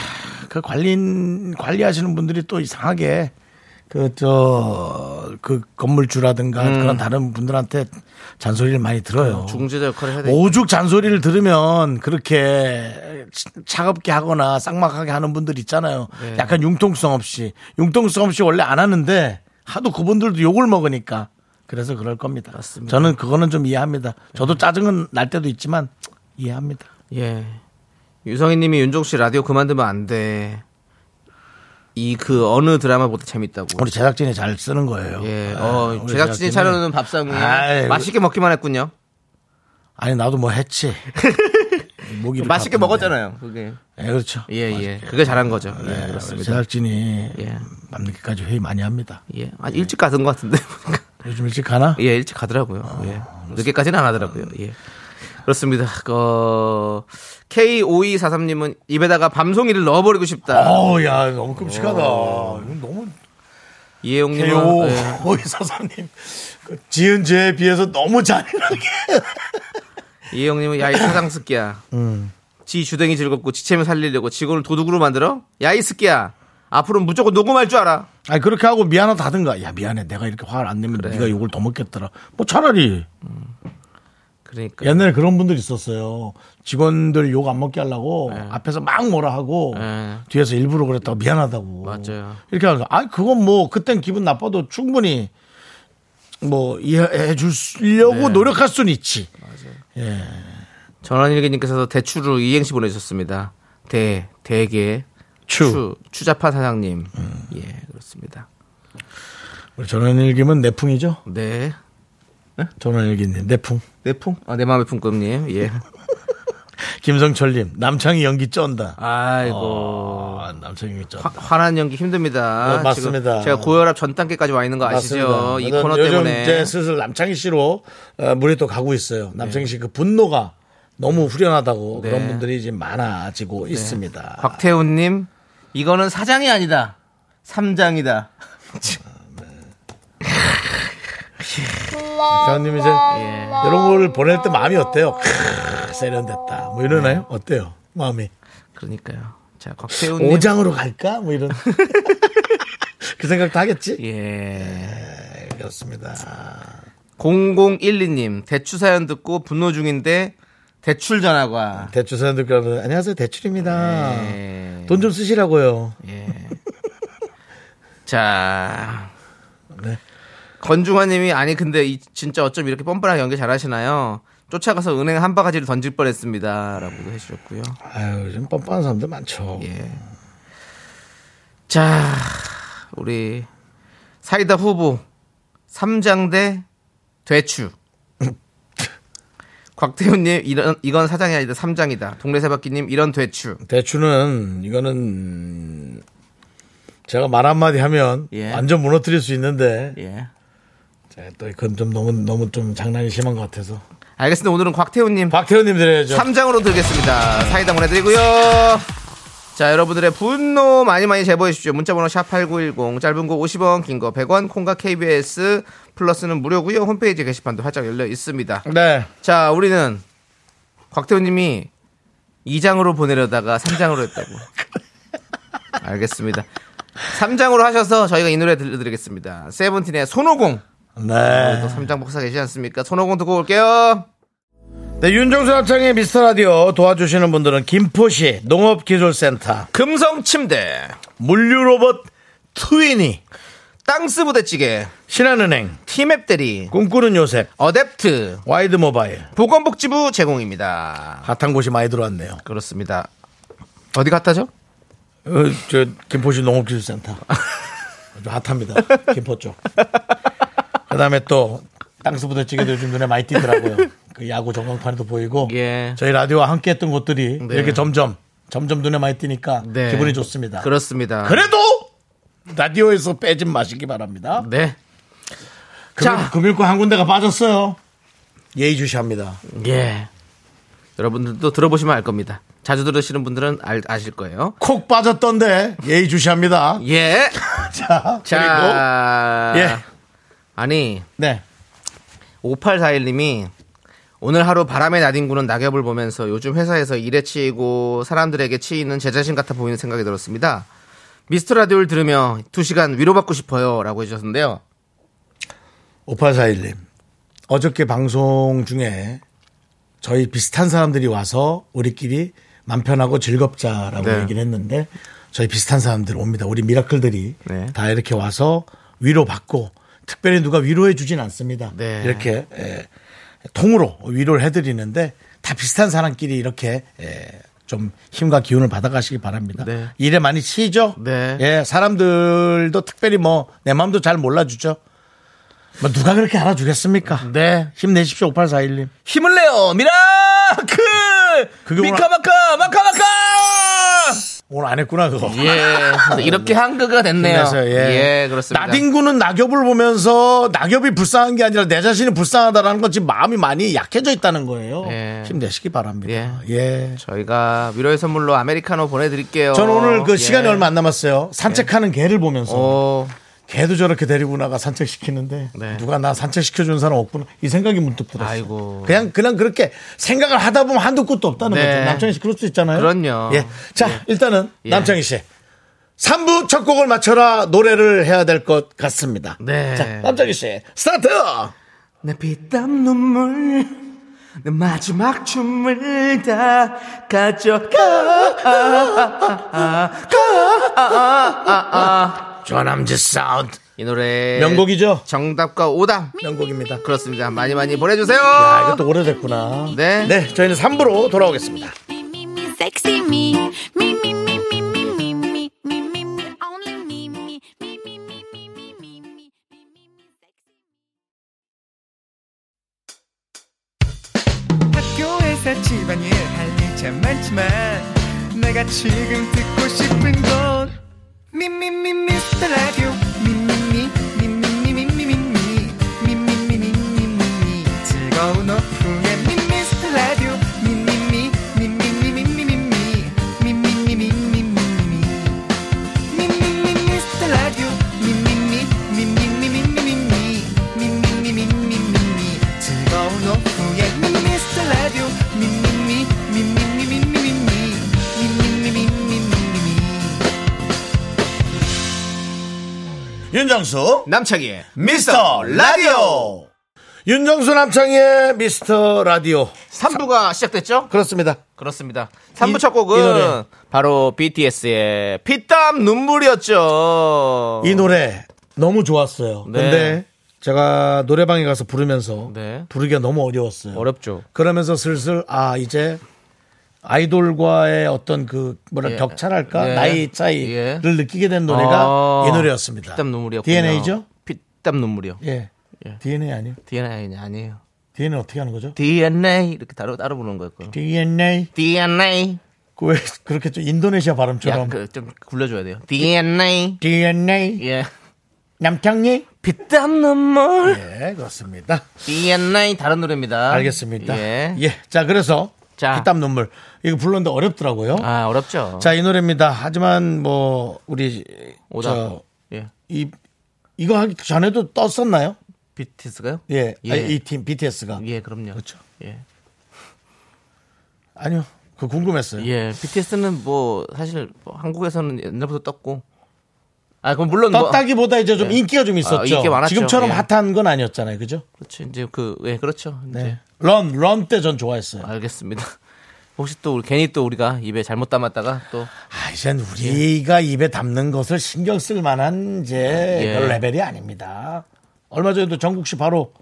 그 관리인 관리하시는 분들이 또 이상하게 그 저 그 건물주라든가 그런 다른 분들한테 잔소리를 많이 들어요. 음. 중재자 역할을 해야 돼. 오죽 잔소리를 들으면 그렇게 차갑게 하거나 쌍막하게 하는 분들 있잖아요. 네. 약간 융통성 없이 융통성 없이 원래 안 하는데 하도 그분들도 욕을 먹으니까 그래서 그럴 겁니다. 맞습니다. 네. 저는 그거는 좀 이해합니다. 저도 짜증은 날 때도 있지만 이해합니다. 예. 유성희님이 윤종씨 라디오 그만두면 안 돼. 이 그 어느 드라마보다 재밌다고. 뭐. 우리 제작진이 잘 쓰는 거예요. 예. 아, 어, 우리 제작진이 차려놓은 밥상에 아이, 맛있게 먹기만 했군요. 아니 나도 뭐 [laughs] 했지. 목이 이렇게 맛있게 아픈데. 먹었잖아요. 그게. 예, 그렇죠. 예, 예. 그게 잘한 거죠. 예, 예, 우리 그렇습니다. 제작진이 예. 밤늦게까지 회의 많이 합니다. 예. 아, 일찍 가던 것 같은데. [laughs] 요즘 일찍 가나? 예, 일찍 가더라고요. 예. 늦게까지는 안 하더라고요. 예. 그렇습니다. 그, K5243님은 입에다가 밤송이를 넣어버리고 싶다. 어우, 야, 너무 끔찍하다. 이건 너무. 어. 이혜용님은. 개요. 예. [laughs] 오이 사사님. 그 지은 죄에 비해서 너무 잔인하게. [laughs] 이혜영님은 야이 [laughs] 사장스키야. 지 주댕이 즐겁고 지체면 살리려고 직원을 도둑으로 만들어? 야이 스키야. 앞으로 무조건 녹음할 줄 알아. 아니, 그렇게 하고 미안하다든가. 야, 미안해. 내가 이렇게 화를 안 내면 네가 욕을 더 먹겠더라. 뭐 차라리. 그러니까. 옛날에 그런 분들 있었어요. 직원들 욕 안 먹게 하려고 네. 앞에서 막 뭐라 하고 예. 뒤에서 일부러 그랬다고 미안하다고. 맞아요. 이렇게 하면서 아 그건 뭐 그땐 기분 나빠도 충분히 뭐 이해해 주려고 네. 노력할 수는 있지. 전원일기님께서 대추로 이행시 보내주셨습니다. 대, 대게, 추. 음. 추 추자파 사장님. 예, 그렇습니다. 우리 전원일기면 내풍이죠? 네. 전원일기님, 내풍. 내 품? 아, 내 마음의 품금님. 예. 김성철님, 남창희 연기 쩐다. 아이고. 아, 남창희 연기 쩐다. 화, 화난 연기 힘듭니다. 네, 맞습니다. 지금 제가 고혈압 전 단계까지 와 있는 거 아시죠? 맞습니다. 이 저는 코너 요즘 때문에. 이제 슬슬 남창희 씨로 어, 물이 또 가고 있어요. 남창희 씨 그 분노가 너무 후련하다고 네. 그런 분들이 지금 많아지고 있습니다. 곽태훈님, 이거는 사장이 아니다. 삼장이다. 박사님 이제 예. 이런 걸 보낼 때 마음이 어때요? 크, 세련됐다. 뭐 네. 이러나요? 어때요? 마음이 그러니까요. 자, 곽태훈님. 오장으로 갈까? 뭐 이런 [laughs] 그 생각도 하겠지? 예. 네, 그렇습니다. 0012님, 대추 사연 듣고 분노 중인데, 대출 전화가. 대출 사람들 그러면 안녕하세요 대출입니다. 예. 아. 돈 좀 쓰시라고요. 예. 자. 네. 건중화님이 아니 근데 이- 진짜 어쩜 이렇게 뻔뻔하게 연기 잘하시나요? 쫓아가서 은행 한 바가지를 던질 뻔했습니다라고도 해주셨고요. 아유 요즘 뻔뻔한 사람들 많죠. 예. 자 우리 사이다 후보 3장대 대추 [laughs] 곽태훈님 이런 이건 사장이 아니다 3장이다 동네 세바퀴님 이런 대추 대출은 이거는 제가 말 한마디 하면 예. 완전 무너뜨릴 수 있는데 예. 제가 또 그건 좀 너무 너무 좀 장난이 심한 것 같아서 알겠습니다 오늘은 곽태훈님 박태현님 드려야죠. 3장으로 드리겠습니다. 예. 사이다 보내드리고요. 자, 여러분들의 분노 많이 많이 제보해 주십시오. 문자번호 샵8910, 짧은 거 50원, 긴 거 100원, 콩과 KBS 플러스는 무료고요. 홈페이지 게시판도 활짝 열려 있습니다. 네. 자, 우리는 곽태훈님이 2장으로 보내려다가 3장으로 했다고. 알겠습니다. 3장으로 하셔서 저희가 이 노래 들려드리겠습니다. 세븐틴의 손오공. 네. 3장 복사 계시지 않습니까? 손오공 듣고 올게요. 네, 윤정수 합창의 미스터 라디오 도와주시는 분들은 김포시 농업기술센터 금성 침대. 물류로봇 트위니 땅스 부대찌개, 신한은행 티맵 대리, 꿈꾸는 요셉 어댑트, 와이드 모바일 보건복지부 제공입니다. 핫한 곳이 많이 들어왔네요. 그렇습니다. 어디 갔다죠? 어, 저 김포시 농업기술센터 아주 핫합니다. 김포 쪽. 그다음에 또 땅스부대찌개도 요즘 눈에 많이 띄더라고요. 그 야구 전광판에도 보이고 예. 저희 라디오와 함께했던 곳들이 네. 이렇게 점점 점점 눈에 많이 띄니까 네. 기분이 좋습니다. 그렇습니다. 그래도 라디오에서 빼진 마시기 바랍니다. 네. 자. 금일, 금일고 한 군데가 빠졌어요. 예의주시합니다. 예. 여러분들도 들어보시면 알 겁니다. 자주 들으시는 분들은 알, 아실 거예요. 콕 빠졌던데 예의주시합니다. [laughs] 예. 자, 그리고 자. 예. 아니, 네. 5841님이 오늘 하루 바람에 나뒹구는 낙엽을 보면서 요즘 회사에서 일에 치이고 사람들에게 치이는 제 자신 같아 보이는 생각이 들었습니다. 미스터 라디오를 들으며 두시간 위로받고 싶어요. 라고 해주셨는데요. 5841님. 어저께 방송 중에 저희 비슷한 사람들이 와서 우리끼리 맘 편하고 즐겁자라고 네. 얘기를 했는데 저희 비슷한 사람들 옵니다. 우리 미라클들이 네. 다 이렇게 와서 위로받고 특별히 누가 위로해 주진 않습니다. 네. 이렇게 에, 통으로 위로를 해드리는데 다 비슷한 사람끼리 이렇게 에, 좀 힘과 기운을 받아가시기 바랍니다. 네. 일에 많이 치이죠? 네. 예, 사람들도 특별히 뭐 내 마음도 잘 몰라주죠. 뭐 누가 그렇게 알아주겠습니까? 네. 힘내십시오, 5841님. 힘을 내요! 미라클! 그게 오늘- 미카마카! 마카마카! 오늘 안 했구나, 그거. 예. 이렇게 한그가 됐네요. 힘내세요, 예. 그렇습니다. 나뒹구는 낙엽을 보면서 낙엽이 불쌍한 게 아니라 내 자신이 불쌍하다라는 건 지금 마음이 많이 약해져 있다는 거예요. 예. 힘내시기 바랍니다. 예. 저희가 위로의 선물로 아메리카노 보내드릴게요. 저는 오늘 그 예. 어, 시간이 얼마 안 남았어요. 산책하는 개를 보면서 오, 개도 저렇게 데리고 나가 산책시키는데 네. 누가 나 산책시켜주는 사람 없구나 이 생각이 문득 들었어요. 아이고. 그냥 그냥 그렇게 생각을 하다 보면 한두 끝도 없다는 네. 거죠. 남창희 씨 그럴 수 있잖아요. 그럼요. 예. 자 일단은 예. 남창희 씨 3부 첫 곡을 맞춰라 노래를 해야 될 것 같습니다. 네. 자 남창희 씨 스타트. 내 피땀 눈물 내 마지막 춤을 다 가져가 조남지 사운드 이 노래 명곡이죠. 정답과 오답 명곡입니다. 그렇습니다 많이 많이 보내주세요 아 이것도 오래됐구나. 네. 네 저희는 3부로 돌아오겠습니다. me, me, me, sexy me, me, me, me, me, me, me, me. 회사 집안일 할일참 많지만 내가 지금 듣고 싶은 건 미미미 미스터 라디오 미미미 미미미 미미미 미미미 미미미 즐거운 오후에 미스터 라디오 미미미 미미미 미미미 미미미 미미미 윤정수 남창희의 미스터 라디오 윤정수 남창의 미스터 라디오 3부가 시작됐죠? 그렇습니다 그렇습니다. 이- 3부 이첫 노래. 곡은 바로 BTS의 피땀 눈물이었죠. 이 노래 너무 좋았어요 어. 네. 근데 제가 노래방에 가서 부르면서 네. 부르기가 너무 어려웠어요 어렵죠. 그러면서 슬슬 아 이제 아이돌과의 어떤 그 뭐라 예. 격차랄까 예. 나이 차이를 예. 느끼게 된 노래가 아, 이 노래였습니다. 피땀 눈물이었고. DNA죠? 피땀 눈물이요. 예. 예. DNA 아니요? DNA 아니에요. DNA 어떻게 하는 거죠? DNA 이렇게 따로 따로 부르는 거였고요. DNA DNA 그왜 그렇게 좀 인도네시아 발음처럼 약좀 굴려줘야 돼요. DNA DNA 예 남창이 피땀 눈물 예 그렇습니다. DNA 다른 노래입니다. 알겠습니다. 예. 예. 자 그래서 자. 피땀 눈물 이거 불렀는데 어렵더라고요. 아 어렵죠. 자 이 노래입니다. 하지만 뭐 우리 오다. 저 예. 이 이거 하기 전에도 떴었나요? BTS가요? 예, 예. 이 팀 BTS가 예, 그럼요. 그렇죠. 예. 아니요, 그 궁금했어요. 예, BTS는 뭐 사실 뭐 한국에서는 옛날부터 떴고. 아, 그럼 물론 뭐- 떴다기보다 이제 좀 예. 인기가 좀 아, 있었죠. 인기 많았죠. 지금처럼 예. 핫한 건 아니었잖아요, 그죠? 그렇죠. 이제 그 예, 그렇죠. 이제 네. 런, 런 때 전 좋아했어요. 알겠습니다. [laughs] 혹시 또 우리- 괜히 또 우리가 입에 잘못 담았다가 또 아, 이젠 예. 우리가 입에 담는 것을 신경 쓸 만한 이제 예. 그런 레벨이 아닙니다. 얼마 전에도 정국 씨 바로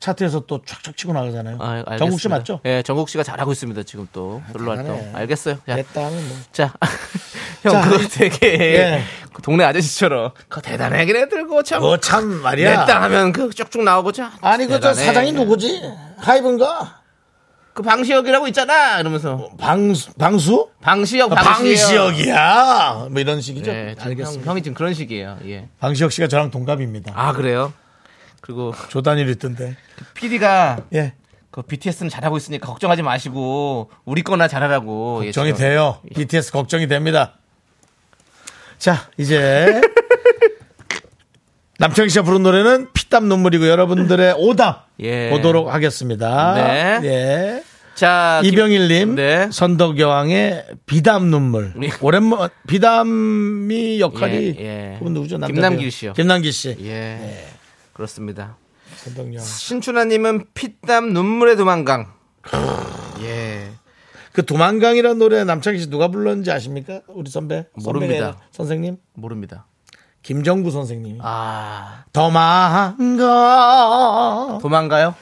차트에서 또 촥촥 치고 나가잖아요. 아, 알겠습니다. 정국 씨 맞죠? 아, 예, 정국 씨가 잘하고 있습니다. 지금 또 솔로 활동. 대단해. 알겠어요. 자, 내 땅은 뭐. 자, [laughs] 형 자, 그거 되게 예. 그 동네 아저씨처럼 그거 대단하긴 해들고 아, 뭐 참. 그거 참 말이야. 냈다 하면 그 쭉쭉 나오고 자. 아니, 그 저 대단해. 사장이 누구지? 하이브인가? 그 방시혁이라고 있잖아. 이러면서 방수? 아, 방수? 방시혁 방시혁. 방시혁이야. 뭐 이런 식이죠. 예, 지금 알겠습니다. 형, 이 지금 그런 식이에요. 예. 방시혁 씨가 저랑 동갑입니다. 아 그래요? 그리고 조단일 있던데. PD가 예. 그 BTS는 잘하고 있으니까 걱정하지 마시고 우리 거나 잘하라고. 예, 걱정이 지금. 돼요. BTS 걱정이 됩니다. 자, [laughs] 이제 남창희 씨가 부른 노래는 피땀 눈물이고 [laughs] 여러분들의 오답 예. 보도록 하겠습니다. 네. 예. 자 김- 이병일님 네. 선덕여왕의 비담 눈물 예. 오랜만 비담이 역할이 예, 예. 그분 누구죠? 남자 김남길 배우. 씨요. 김남길 씨. 예. 네. 그렇습니다. 선덕여왕. 신춘하님은 피땀 눈물의 도망강. [laughs] 예. 그 도망강이라는 노래 남창희 씨 누가 불렀는지 아십니까? 우리 선배 모릅니다. 선배가 아니라 선생님 모릅니다. 김정구 선생님. 아 도망가 도망가요?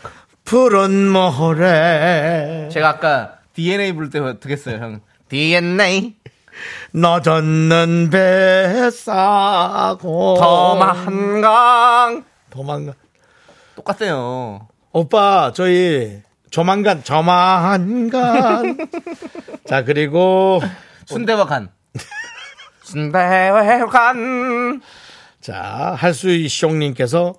푸른 모래 제가 아까 DNA 부를 때 어떻게 했어요, 형? DNA 너젖는 배 싸고 도망강 도망가 똑같아요. 오빠 저희 조만간 [laughs] 저만간 자 그리고 순대와 간. [laughs] 순대와 간. 자 할수이 시옹님께서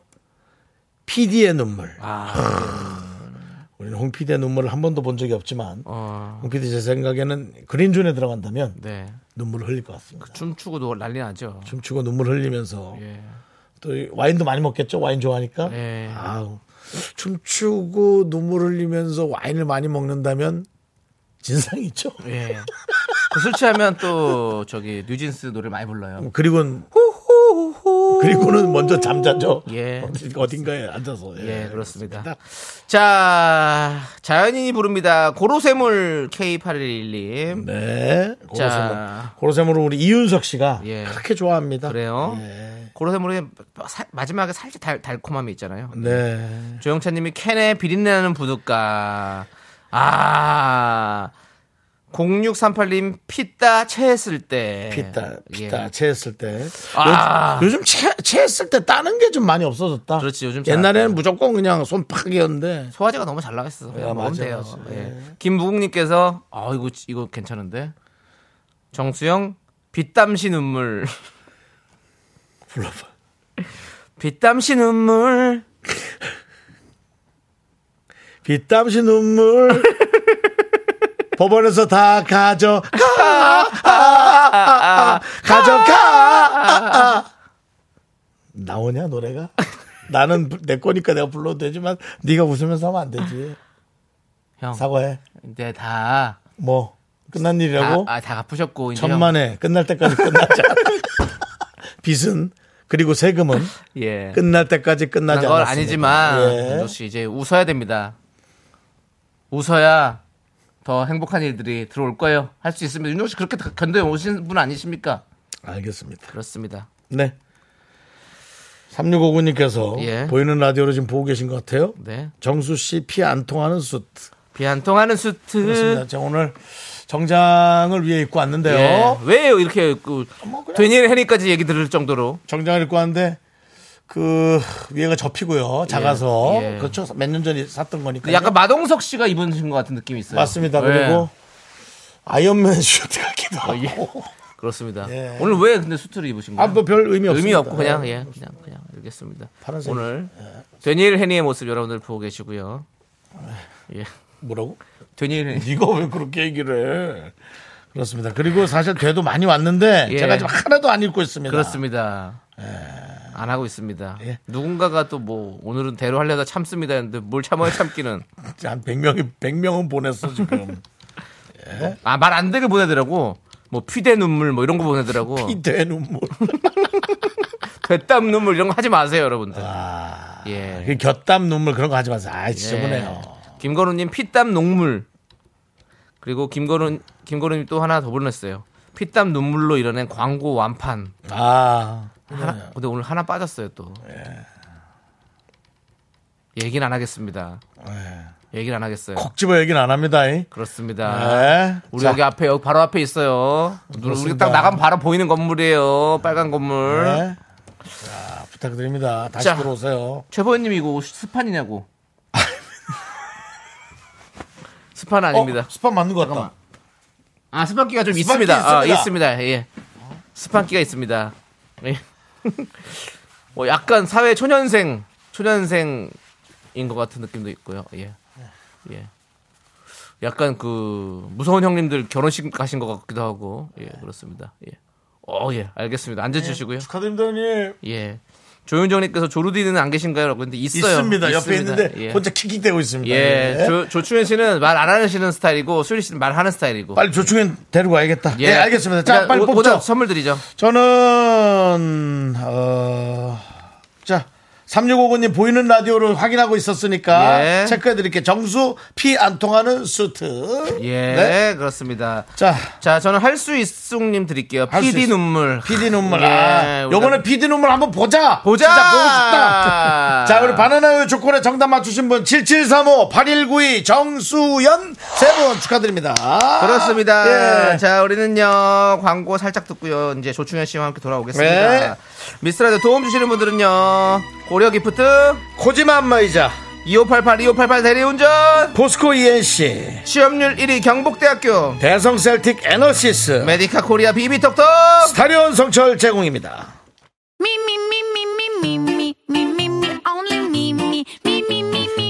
피디의 눈물 [laughs] 우리는 홍 피디의 눈물을 한 번도 본 적이 없지만 아. 어, 홍 피디 제 생각에는 그린존에 들어간다면 네. 눈물을 흘릴 것 같습니다 춤추고도 난리 나죠. 춤추고 눈물 흘리면서 예. 또이 와인도 많이 먹겠죠 와인 좋아하니까 예. 아우 춤추고 눈물 흘리면서 와인을 많이 먹는다면 진상이죠 예. 그술 취하면 또 저기 뉴진스 노래 많이 불러요. 그리고는 그리고는 먼저 잠자죠 예. 어디- 어딘가에 앉아서 예, 그렇습니다. 자, 자연인이 부릅니다. 고로쇠물 K8112. 네 자. 고로세모 고로세모를 우리 이윤석 씨가 예. 그렇게 좋아합니다 그래요? 예. 고로쇠물의 사- 마지막에 살짝 달, 달콤함이 있잖아요. 예. 네 조영찬님이 캔에 비린내나는 부둣가. 아, 0638님 피따 체했을 때. 피따, 피따, 예. 체했을 때. 아. 요즘 체, 체했을 때 따는 게 좀 많이 없어졌다. 그렇지, 요즘 잘 옛날에는 안 무조건 그냥 손팍이었는데. 소화제가 너무 잘 나와있어서 그냥 야, 먹으면 맞아, 돼요. 맞아. 네. 예. 김무국님께서 아 이거 이거 괜찮은데 정수영 빗땀시 눈물 [laughs] 불러봐. 빗땀시 눈물 빗땀시 [laughs] 눈물. 법원에서 다 가져. 아, 가져가! 아, 아. 나오냐, 노래가? 나는 부- 내 거니까 내가 불러도 되지만, 네가 웃으면서 하면 안 되지. 사과해. 형네다아다 뭐, 끝난 일이라고? 아, 다 갚으셨고 이제 천만에 끝날 때까지 끝나자. [laughs] 빚은 그리고 세금은 형, 예 끝날 때까지 끝나지 그건 않았습니다. 아니지만 예. 윤조 씨 이제 웃어야 됩니다. 웃어야 더 행복한 일들이 들어올 거예요. 할 수 있습니다. 윤조 씨 그렇게 다 견뎌 오신 분 아니십니까? 알겠습니다. 그렇습니다. 네. 3659님께서 예. 보이는 라디오로 지금 보고 계신 것 같아요. 네. 정수 씨 피 안 통하는 숯. 비안 통하는 수트. 그렇습니다. 제가 오늘 정장을 위에 입고 왔는데요. 음. 예. 왜요 이렇게 그 뭐 그냥- 되니엘 해니까지 얘기 들을 정도로 정장을 입고 왔는데 그 위에가 접히고요. 작아서. 예. 그렇죠. 몇 년 전에 샀던 거니까. 약간 마동석 씨가 입으신 것 같은 느낌이 있어요. 맞습니다. 그리고 아이언맨 슈트 같기도 하고. 예. 그렇습니다. 예. 오늘 왜 근데 수트를 입으신 거예요? 아, 뭐 별 의미 없습니다. 의미 없고 그냥 예. 예 그냥 그냥 알겠습니다. 파란색. 예. 오늘 되니엘 해니의 모습 여러분들 보고 계시고요. 예. 뭐라고? 되니엘 해니. 네가 왜 그렇게 얘기를 해? 그렇습니다. 그리고 사실 돼도 많이 왔는데 예. 제가 지금 하나도 안 읽고 있습니다. 그렇습니다. 안 하고 있습니다. 예. 누군가가 또 뭐 오늘은 대로 하려다 참습니다 했는데 뭘 참아야 참기는 한 100명이 100명은 보냈어 [laughs] 지금. 아 말 안 되게 보내더라고. 뭐 피대 눈물 뭐 이런 거 보내더라고. 이대 눈물. 배땀 눈물 이런 거 하지 마세요, 여러분들. 아, 예. [laughs] 그 곁담 눈물 그런 거 하지 마세요. 아, 지저분해요. 김건우님 피땀 녹물. 그리고 김건우 김건우님 또 하나 더 보냈어요. 피땀 눈물로 이뤄낸 광고 완판. 아, 하나, 근데 오늘 하나 빠졌어요 또. 예. 얘기는 안 하겠습니다. 예. 얘기는 안 하겠어요. 콕 집어 얘기는 안 합니다. 이. 그렇습니다. 네. 아, 우리 자, 여기 앞에 여기 바로 앞에 있어요. 눈- 우리 그렇습니다. 딱 나가면 바로 보이는 건물이에요. 빨간 건물. 네. 자, 부탁드립니다. 다시 자. 들어오세요. 최보현님 이거 옷 [laughs] 스판이냐고. 스판 아닙니다. 어, 스팟 맞는 것 같다. 아 스판기가 좀 스판기 있습니다. 아, 있습니다. 있습니다. 예. 스판기가 있습니다. 예. [laughs] 뭐 약간 사회 초년생 초년생인 것 같은 느낌도 있고요. 예. 예. 약간 그 무서운 형님들 결혼식 가신 것 같기도 하고 예 그렇습니다. 예. 어 예 알겠습니다. 앉아주시고요. 축하드립니다, 형님. 예. 조윤정님께서 조르디는 안 계신가요?라고 했는데 있어요. 있습니다. 옆에 있습니다. 있는데 예. 혼자 킥킥대고 있습니다. 예, 예. 조, 조충현 씨는 말 안 하시는 스타일이고 수리 씨는 말하는 스타일이고. 빨리 조충현 데리고 와야겠다. 예, 알겠습니다. 자, 그러니까 빨리 오- 뽑죠. 오답 선물 드리죠. 저는 어, 자 3659님 보이는 라디오를 확인하고 있었으니까 예. 체크해 드릴게요. 정수 피 안 통하는 수트. 예, 네. 그렇습니다. 자, 자, 저는 할 수 있숙님 드릴게요. 할수 PD 있- 눈물. 피디 눈물. 예, 아, 오답. 요번에 피디 눈물 한번 보자. 보자. 진짜 보고 [laughs] 싶다. 자, 우리 바나나우유 초콜릿 정답 맞추신 분 7735, 8192, 정수연 세 분 축하드립니다. 그렇습니다. 예. 자, 우리는요, 광고 살짝 듣고요. 이제 조충현 씨와 함께 돌아오겠습니다. 네. 미스라드 도움 주시는 분들은요, 고려 기프트, 코지마 안마이자 2588, 2588 대리운전, 포스코 ENC 취업률 1위 경북대학교, 대성 셀틱 에너시스 메디카 코리아 비비톡톡, 스타리온 성철 제공입니다. Me, me, me, me, me, me, me, me, me, me, only me, me, me, me, me, me.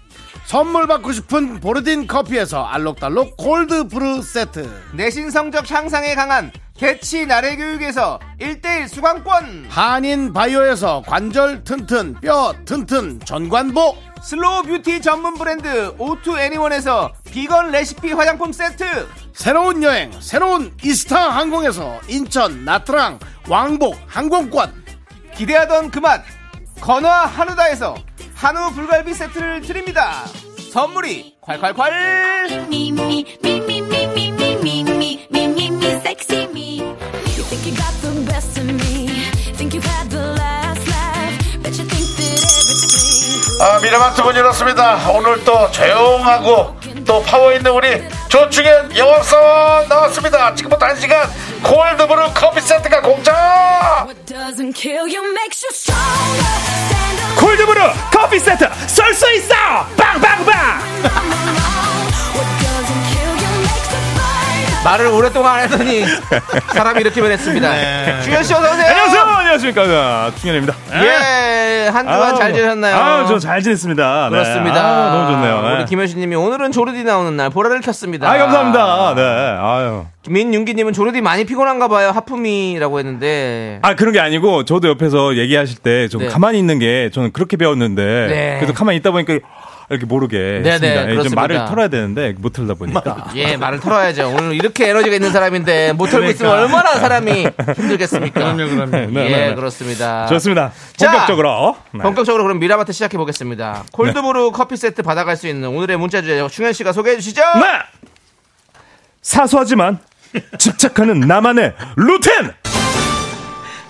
선물 받고 싶은 보르딘 커피에서 알록달록 골드 브루 세트. 내신 성적 향상에 강한 개치 나래 교육에서 1대1 수강권 한인 바이오에서 관절 튼튼 뼈 튼튼 전관보. 슬로우 뷰티 전문 브랜드 오투 애니원에서 비건 레시피 화장품 세트 새로운 여행, 새로운 이스타 항공에서 인천, 나트랑, 왕복, 항공권. 기대하던 그 맛 건화 한우다에서 한우 불갈비 세트를 드립니다 선물이 콸콸콸 me, me, me, me, me, me, me, me, me, me, me, me, sexy me. You think you got the best of me? Think you've had the last laugh? Bet you think that everything. 아, 미라마트 문 열었습니다. 오늘 또 조용하고 또 파워 있는 우리 조충현 영업사원 나왔습니다. 지금부터 한 시간 콜드브루 커피 세트가 공짜! What doesn't kill you makes you stronger. Stand up. 골드브루 커피 세트 쏠 수 있어 빵빵빵 What doesn't kill you makes you fighter. 말을 오랫동안 안 [laughs] 했더니 사람이 이렇게 변했습니다 주현 씨 어서 오세요 네. 아, 안녕하세요 안녕하십니까 충현입니다 네. 예 아, 한동안 잘 지내셨나요 아저잘 지냈습니다 네. 그렇습니다. 아, 너무 좋네요 네. 우리 김효신님이 오늘은 조르디 나오는 날 보라를 켰습니다. 아 감사합니다 네 아유 민윤기님은 조르디 많이 피곤한가 봐요. 하품이라고 했는데. 아 그런 게 아니고 저도 옆에서 얘기하실 때 좀 네. 가만히 있는 게 저는 그렇게 배웠는데 네. 그래서 가만히 있다 보니까 이렇게 모르게 네, 했습니다. 네, 예, 좀 그렇습니다. 말을 털어야 되는데 못 털다 보니까 예, 말을 털어야죠. 오늘 이렇게 에너지가 있는 사람인데 못 털고 있으면 얼마나 사람이 힘들겠습니까? 그러니까. 네, 네, 예, 네, 네. 그렇습니다. [laughs] 좋습니다. 자, 본격적으로 네. 본격적으로 그럼 미라마트 시작해 보겠습니다. 콜드브루 커피 세트 받아갈 수 있는 오늘의 문자 주제 충현 씨가 소개해 주시죠. 네! 사소하지만 집착하는 나만의 루틴!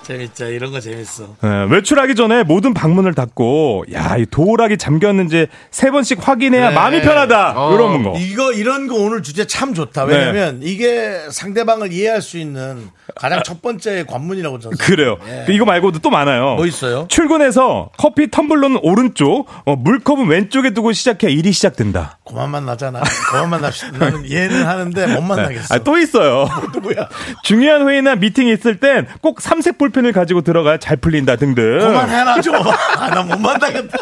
재밌죠. 이런 거 재밌어. 네, 외출하기 전에 모든 방문을 닫고 야, 이 도어락이 잠겼는지 세 번씩 확인해야 네. 마음이 편하다. 어. 이런 거. 이거 이런 거 오늘 주제 참 좋다. 네. 왜냐면 이게 상대방을 이해할 수 있는 가장 첫 번째 관문이라고 저는. 그래요. 그 이거 말고도 또 많아요. 뭐 있어요? 출근해서 커피 텀블러는 오른쪽, 어, 물컵은 왼쪽에 두고 시작해 일이 시작된다. 그만 만나잖아. 그만 만납시다. 나는 이해는 하는데 못 만나겠어. 아, 또 있어요. 뭐야? 중요한 회의나 미팅이 있을 땐 꼭 삼색 볼펜을 가지고 들어가야 잘 풀린다 등등. 그만해라 좀. 아, 나 못 만나겠다.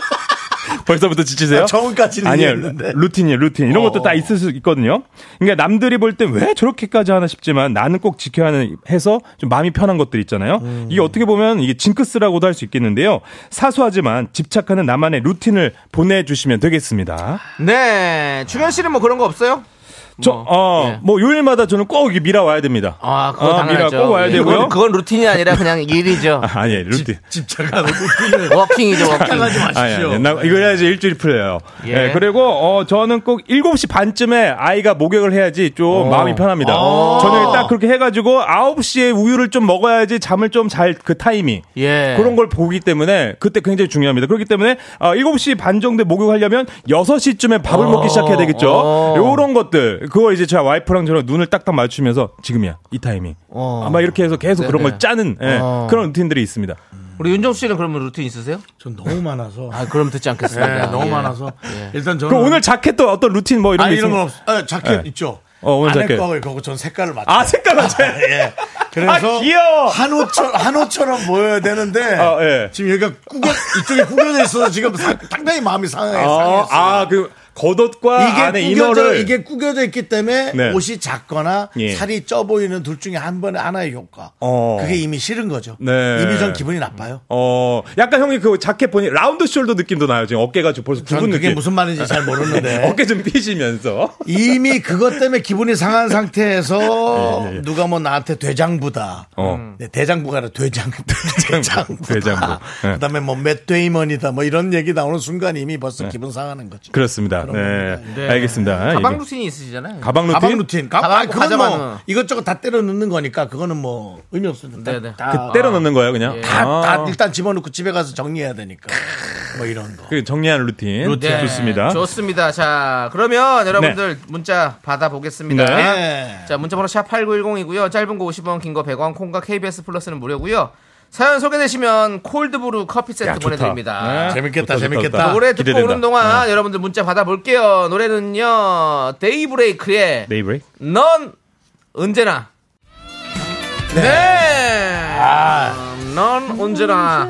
벌써부터 지치세요? 정은까지는 아니요. 이해했는데. 어. 루틴이에요, 루틴. 이런 것도 다 있을 수 있거든요. 그러니까 남들이 볼 때 왜 저렇게까지 하나 싶지만 나는 꼭 지켜야 하는 해서 좀 마음이 편한 것들 있잖아요. 이게 어떻게 보면 이게 징크스라고도 할 수 있겠는데요. 사소하지만 집착하는 나만의 루틴을 보내주시면 되겠습니다. 네, 충현 씨는 뭐 그런 거 없어요? 저, 뭐, 어, 예. 뭐, 요일마다 저는 꼭 이게 미라 와야 됩니다. 아, 그거 당연하죠. 미라 꼭 와야 예, 되고요. 그건, 그건 루틴이 아니라 그냥 일이죠. 아, 아니, 루틴. 집착하는 루틴을 워킹이죠, 워킹. 하지 아니, 마십시오. 아니, 아니, 나 이거 해야지 일주일 풀려요. 네. 예. 예. 그리고, 어, 저는 꼭 7시 반쯤에 아이가 목욕을 해야지 좀 어. 마음이 편합니다. 저녁에 딱 그렇게 해가지고 9시에 우유를 좀 먹어야지 잠을 좀 잘 그 타이밍. 예. 그런 걸 보기 때문에 그때 굉장히 중요합니다. 그렇기 때문에 아, 7시 반 정도에 목욕하려면 6시쯤에 밥을 먹기 시작해야 되겠죠. 어. 요런 것들. 그걸 이제 제가 와이프랑 저랑 눈을 딱딱 맞추면서 지금이야. 이 타이밍. 어. 아마 이렇게 해서 계속 그런 네네. 걸 짜는 예, 어. 그런 루틴들이 있습니다. 우리 윤정 씨는 그러면 루틴 있으세요? 전 너무 많아서. 아, 그럼 듣지 않겠습니다. 네, 너무 예. 많아서. 일단 저는. 그럼 오늘 자켓도 어떤 루틴 뭐 이런 아 게 이런 있습니까? 건 없어. 아, 자켓 네. 있죠. 어, 오늘 안에 자켓. 거를 그거 전 색깔을 맞춰. 아 색깔 맞아요. 예. 그래서 아, 귀여워. 한우처럼 한우처럼 보여야 되는데 아, 예. 지금 여기가 구겨 이쪽이 구겨져 있어서 지금 사- 상당히 마음이 상해 상했어요. 아그 겉옷과 이게 안에 구겨져 이너를 이게 구겨져 있기 때문에 네. 옷이 작거나 예. 살이 쪄 보이는 둘 중에 한 번에 하나의 효과. 어. 그게 이미 싫은 거죠. 네. 이미 전 기분이 나빠요. 어 약간 형이 그 자켓 보니 라운드 숄더 느낌도 나요. 지금 어깨가 좀 벌써 전 굵은 그게 느낌. 무슨 말인지 잘 모르는데 [laughs] 어깨 좀 삐지면서. 이미 그것 때문에 기분이 상한 [laughs] 상태에서 누가 뭐 나한테 돼장부다. 어. 네, 대장부가 아니라 돼장, [laughs] 돼장부. 돼장부. 네. 그 다음에 뭐, 맷데이먼이다. 뭐, 이런 얘기 나오는 순간 이미 벌써 기분 상하는 거죠. 그렇습니다. 네. 알겠습니다. 가방 이게. 루틴이 있으시잖아요. 가방 루틴. 가방 루틴. 가방, 가방 아, 그건 뭐, 가져가는 거. 이것저것 다 때려 넣는 거니까, 그거는 뭐, 의미 없습니다. 네네. 다, 그 때려 넣는 거예요, 그냥. 다, 아. 다 일단 집어넣고 집에 가서 정리해야 되니까. 뭐, 이런 거. 그 정리하는 루틴. 네, 좋습니다. 네. 좋습니다. 자, 그러면 여러분들 문자 받아보겠습니다. 네. 자, 문자번호 샵 8910이고요. 짧은 거 50원, 긴 거 100원, 콩과 KBS 플러스는 무료고요. 사연 소개되시면 콜드브루 커피 세트 야, 좋다. 보내드립니다. 네. 재밌겠다, 좋다, 좋다, 재밌겠다. 좋다. 노래 듣고 기대된다. 네. 오는 동안 여러분들 문자 받아볼게요. 노래는요, 데이브레이크의 네이브레이. 넌 언제나. 네. 아. 넌 언제나.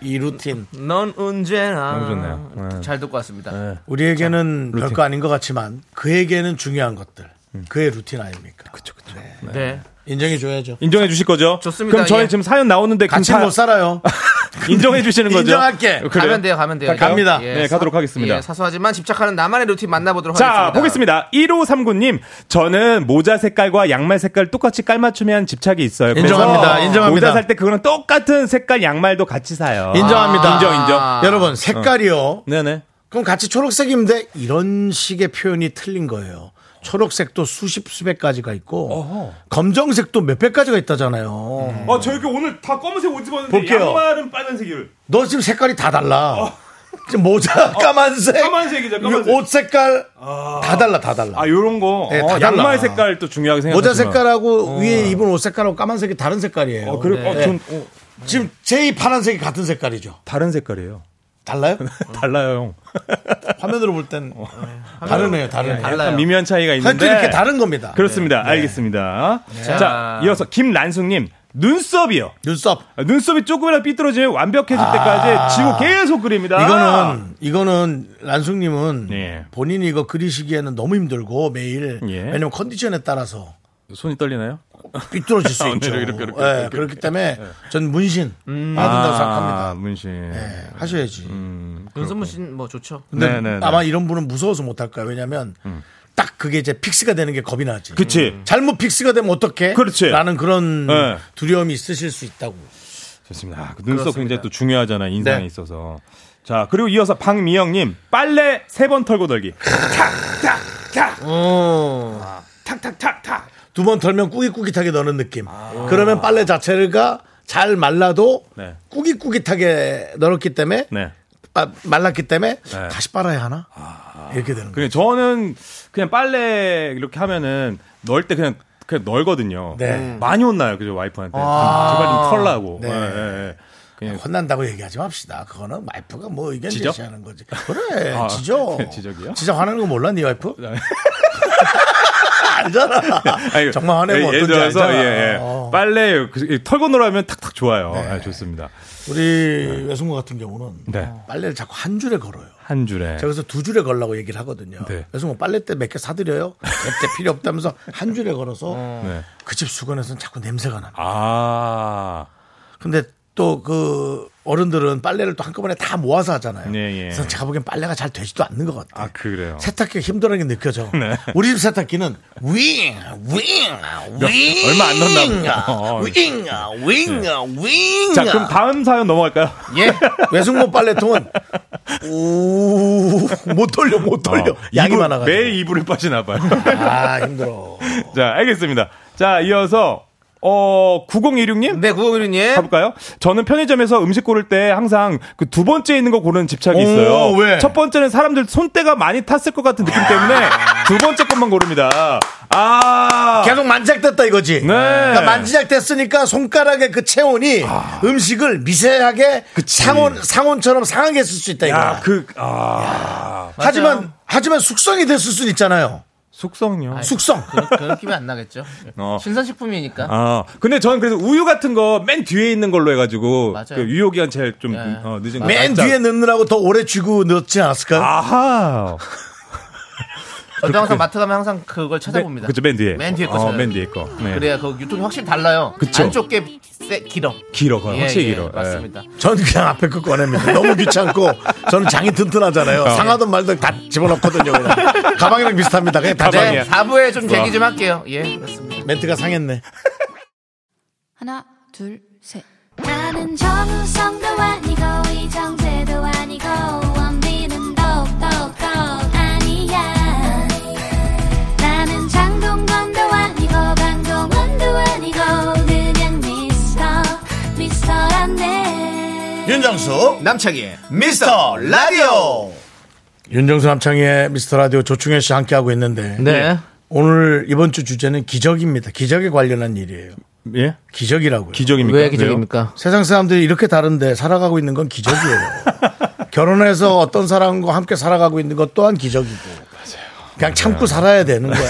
이 루틴. 넌 언제나. 너무 좋네요. 네. 잘 듣고 왔습니다. 우리에게는 별거 아닌 것 같지만, 그에게는 중요한 것들. 그의 루틴 아닙니까? 그쵸, 그쵸. 네. 인정해 줘야죠. 인정해 주실 거죠? 좋습니다. 그럼 저희 예. 지금 사연 나오는데 같이 다 못 살아요. [laughs] 인정해 주시는 거죠? 인정할게. 그래요? 가면 돼요, 가면 돼요. 갈까요? 갑니다. 네, 가도록 하겠습니다. 예, 사소하지만 집착하는 나만의 루틴 만나보도록 자, 하겠습니다. 보겠습니다. 1539님, 저는 모자 색깔과 양말 색깔 똑같이 깔맞춤에 한 집착이 있어요. 그래서 인정합니다. 인정합니다. 모자 살 때 그거랑 똑같은 색깔 양말도 같이 사요. 인정합니다. 아, 인정, 인정. 아. 여러분 색깔이요. 네네. 그럼 같이 초록색인데 이런 식의 표현이 틀린 거예요. 초록색도 수십 수백 가지가 있고 검정색도 몇백 가지가 있다잖아요. 아, 저기 오늘 다 검은색 옷 입었는데 볼게요. 양말은 빨간색을. 너 지금 색깔이 다 달라. 지금 모자 어. 까만색, 아. 까만색이죠, 까만색. 옷 색깔 다 달라, 다 달라. 아, 요런 거. 네, 어, 다 달라. 양말 색깔 또 중요하게 생각하요 모자 색깔하고 위에 입은 옷 색깔하고 까만색이 다른 색깔이에요. 어, 네. 그리고 어, 전 어, 지금 제이 파란색이 같은 색깔이죠. 다른 색깔이에요. 달라요? [laughs] 달라요, 형. 화면으로 볼 땐 다르네요, 다르네요. 달라요. 미묘한 차이가 하여튼 있는데. 이렇게 다른 겁니다. 네. 그렇습니다. 알겠습니다. 자, 자. 이어서 김란숙님 눈썹이요. 아, 눈썹. 아. 눈썹이 조금이라도 삐뚤어지면 완벽해질 때까지 지고 계속 그립니다. 이거는 이거는 란숙님은 예. 본인이 이거 그리시기에는 너무 힘들고 매일 예. 왜냐면 컨디션에 따라서 손이 떨리나요? 삐뚤어질 수 [laughs] 아, 있죠. 오늘 이렇게, 이렇게, 예, 이렇게, 이렇게. 그렇기 때문에 전 문신 해야 된다고 생각합니다. 아, 문신. 예, 하셔야지. 윤선무 씨는 뭐 좋죠. 근데 네네네. 음. 아마 이런 분은 무서워서 못할 거야. 왜냐면 딱 그게 이제 픽스가 되는 게 겁이 나지. 음. 그치. 잘못 픽스가 되면 어떡해? 그렇지. 라는 그런 예. 두려움이 있으실 수 있다고. 좋습니다. 아, 그 눈썹 굉장히 또 중요하잖아요. 인상에 네. 있어서. 자, 그리고 이어서 박미영님 빨래 세 번 털고 덜기. 탁탁탁탁탁탁탁탁. 두 번 털면 꾸깃꾸깃하게 넣는 느낌. 그러면 빨래 자체가 잘 말라도 네. 꾸깃꾸깃하게 널었기 때문에 네. 빠- 말랐기 때문에 다시 빨아야 하나? 이렇게 되는 거예요. 그냥 저는 그냥 빨래 이렇게 하면은 넣을 때 그냥 그냥 널거든요. 네. 아. 많이 혼나요, 그죠 와이프한테. 좀 제발 좀 털라고. 예, 예, 예. 그냥 혼난다고 얘기하지 맙시다. 그거는 와이프가 뭐 의견 지적? 제시하는 거지. 그래, [laughs] 아, 지적. 지적이요? 진짜 화나는 거 몰라, 네 와이프? [laughs] 알잖아. [laughs] 아니, 정말 화내면 예, 예를 어떤지 들어서, 알잖아. 예, 예. 어. 네. 빨래 그, 털고 놀아면 탁탁 좋아요. 아, 좋습니다. 우리 외숙모 같은 경우는 네. 빨래를 자꾸 한 줄에 걸어요. 한 줄에. 제가 그래서 두 줄에 걸라고 얘기를 하거든요. 네. 그래서 뭐 빨래 때 몇 개 사드려요. 그때 필요 없다면서 한 줄에 걸어서 네. 그 집 수건에서는 자꾸 냄새가 납니다. 아. 근데 또 그 어른들은 빨래를 또 한꺼번에 다 모아서 하잖아요. 예, 예. 그래서 제가 보기엔 빨래가 잘 되지도 않는 것 같아요. 아, 그래요. 네. 세탁기가 힘들어하게 느껴져. 우리 집 세탁기는 윙, 윙, 윙. 얼마 안 넣었나 보다. 어, 윙, 윙, 윙. 자, 그럼 다음 사연 넘어갈까요? 예. 외숙모 빨래통은 우, 못 돌려, 못 돌려. 어, 양이 이불, 많아가지고. 매 이불을 빠지나 봐요. [laughs] 아, 힘들어. 자, 알겠습니다. 자, 이어서, 어, 9016님? 네, 구호민님. 가볼까요? 저는 편의점에서 음식 고를 때 항상 그 두 번째 있는 거 고르는 집착이 오, 있어요. 왜? 첫 번째는 사람들 손때가 많이 탔을 것 같은 느낌 때문에 아. 두 번째 것만 고릅니다. 아. 계속 만지작됐다 이거지. 네. 그러니까 만지작됐으니까 손가락의 그 체온이 음식을 미세하게 상온 상온처럼 상하게 쓸 수 있다 이거야. 그렇죠. 야, 그, 아. 하지만 하지만 숙성이 됐을 수는 있잖아요. 속성요. 숙성. 그런, 그런 기분 안 나겠죠. 어. 신선식품이니까. 아, 근데 저는 그래서 우유 같은 거 맨 뒤에 있는 걸로 해가지고 맞아요. 그 유효 기간 제일 좀 예. 어, 늦은 거. 맨 살짝. 뒤에 넣느라고 더 오래 쥐고 넣지 않았을까요? 아하. 저도 항상 마트 가면 항상 그걸 찾아봅니다. 그- 네, 그죠, 맨 뒤에. 맨 뒤에 거 어, 찾아요. 맨 뒤에 거. 네. 그래야 그 유통이 확실히 달라요. 그쵸. 안쪽 게 세, 길어. 길어, 거의 예, 예, 확실히 길어. 예. 맞습니다. 전 그냥 앞에 거 꺼냅니다. 너무 귀찮고 저는 장이 튼튼하잖아요. 어. 상하든 말든 다 집어넣거든요. 그냥. 가방이랑 비슷합니다. 그냥 다 아, 가방이야. 장- 네, 4부에 좀 얘기 좀 할게요. 예, 그렇습니다. 멘트가 상했네. 하나, 둘, 셋. 나는 정우성도 아니고 이정재도 아니고 원빈은 더욱더 아니야 나는 장동건도 아니고 강동원도 아니고 그냥 미스터 미스터란데 윤정수 남창희의 미스터 라디오. 윤정수 남창희의 미스터 라디오 조충현 씨 함께 하고 있는데 네. 오늘 이번 주 주제는 기적입니다. 기적에 관련한 일이에요. 예? 기적이라고요. 기적입니까? 왜 네. 기적입니까? 세상 사람들이 이렇게 다른데 살아가고 있는 건 [laughs] 기적이에요. 결혼해서 어떤 사람과 함께 살아가고 있는 것 또한 기적이고. 그냥 네. 참고 살아야 되는 거야.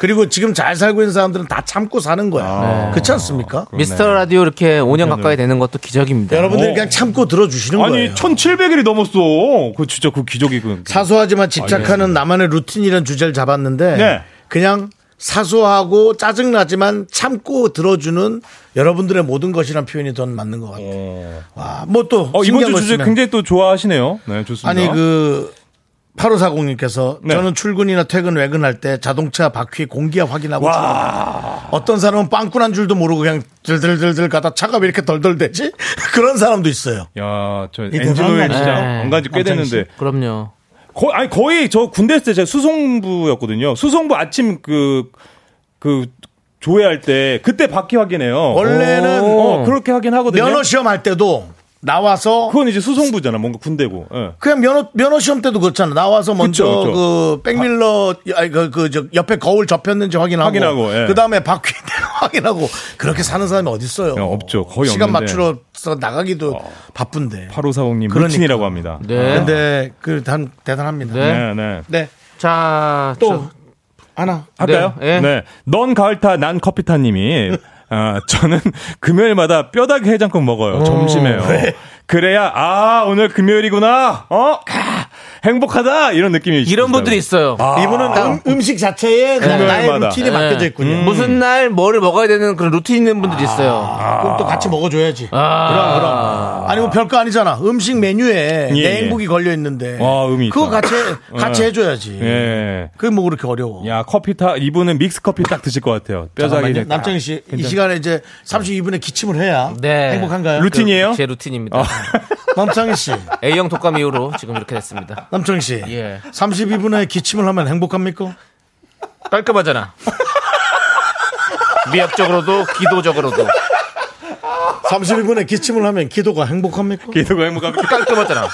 그리고 지금 잘 살고 있는 사람들은 다 참고 사는 거야. 아. 네. 그렇지 않습니까? 미스터 라디오 이렇게 5년 가까이 되는 것도 기적입니다. 여러분들이 어. 그냥 참고 들어주시는 아니, 거예요. 1700일이 넘었어. 그 진짜 그 기적이군. 사소하지만 집착하는 나만의 루틴이라는 주제를 잡았는데 네. 그냥 사소하고 짜증나지만 참고 들어주는 여러분들의 모든 것이란 표현이 더 맞는 것 같아요. 와, 뭐 또. 어, 이번 신기한 주 거 주제 있으면. 굉장히 또 좋아하시네요. 네, 좋습니다. 아니, 그, 8540님께서 네. 저는 출근이나 퇴근, 외근할 때 자동차 바퀴 공기압 확인하고 아, 출근합니다. 어떤 사람은 빵꾸난 줄도 모르고 그냥 들들들들 가다 차가 왜 이렇게 덜덜대지? [laughs] 그런 사람도 있어요. 야, 저 이 엔진오일 대단한 진짜 네. 안 간지 꽤 됐는데. 그럼요. 거, 아니, 거의 저 군대 있을 때 제가 수송부였거든요. 수송부 아침 그, 그, 조회할 때 그때 바퀴 확인해요. 원래는 어, 그렇게 하긴 하거든요. 면허 시험 할 때도 나와서 그건 이제 수송부잖아. 뭔가 군대고. 예. 그냥 면허 면허 시험 때도 그렇잖아. 나와서 먼저 그쵸, 그 그쵸. 백밀러 아니 그그저 옆에 거울 접혔는지 확인하고, 확인하고, 예. 그다음에 바퀴 [laughs] 확인하고 그렇게 사는 사람이 어디 있어요? 야, 예, 없죠. 거의 시간 없는데. 어. 맞추러서 나가기도 바쁜데. 8540님 그러니까. 루틴이라고 합니다. 네. 근데 그단 대단합니다. 네. 네, 네. 네. 자, 또 또 하나. 할까요? 네, 예. 넌 가을타, 난 커피타님이, 아, 저는 [laughs] 금요일마다 뼈다귀 해장국 먹어요. 점심에요. 그래야, 아, 오늘 금요일이구나. 어? 아, 행복하다. 이런 느낌이 이런 분들이 있어요. 아. 아. 이분은 음, 식 자체에 그냥 나의 금요일마다. 루틴이 예. 맡겨져 있군요. 무슨 날 뭐를 먹어야 되는 그런 루틴 있는 분들이 있어요. 그럼 또 같이 먹어줘야지. 아. 그럼 그럼. 아니 뭐 별거 아니잖아. 음식 메뉴에 예, 내 예. 행복이 걸려 있는데. 와, 의미 있다. 그거 같이 같이 해줘야지. 예. 그게 뭐 그렇게 어려워. 야, 커피타, 이분은 믹스커피 딱 드실 것 같아요. 잠깐만요. 뼈다귀. 남창희 씨, 이 시간에 이제 32분에 기침을 해야 네. 행복한가요? 루- 루틴이에요? 아. 그, 제 루틴입니다. 남창희 씨, A형 독감 이후로 지금 이렇게 됐습니다. 남창희 씨, 예. 32분에 기침을 하면 행복합니까? [laughs] 깔끔하잖아. 미학적으로도 기도적으로도 32분에 기침을 하면 기도가 행복합니까? [laughs] 기도가 행복하게. 깔끔하잖아.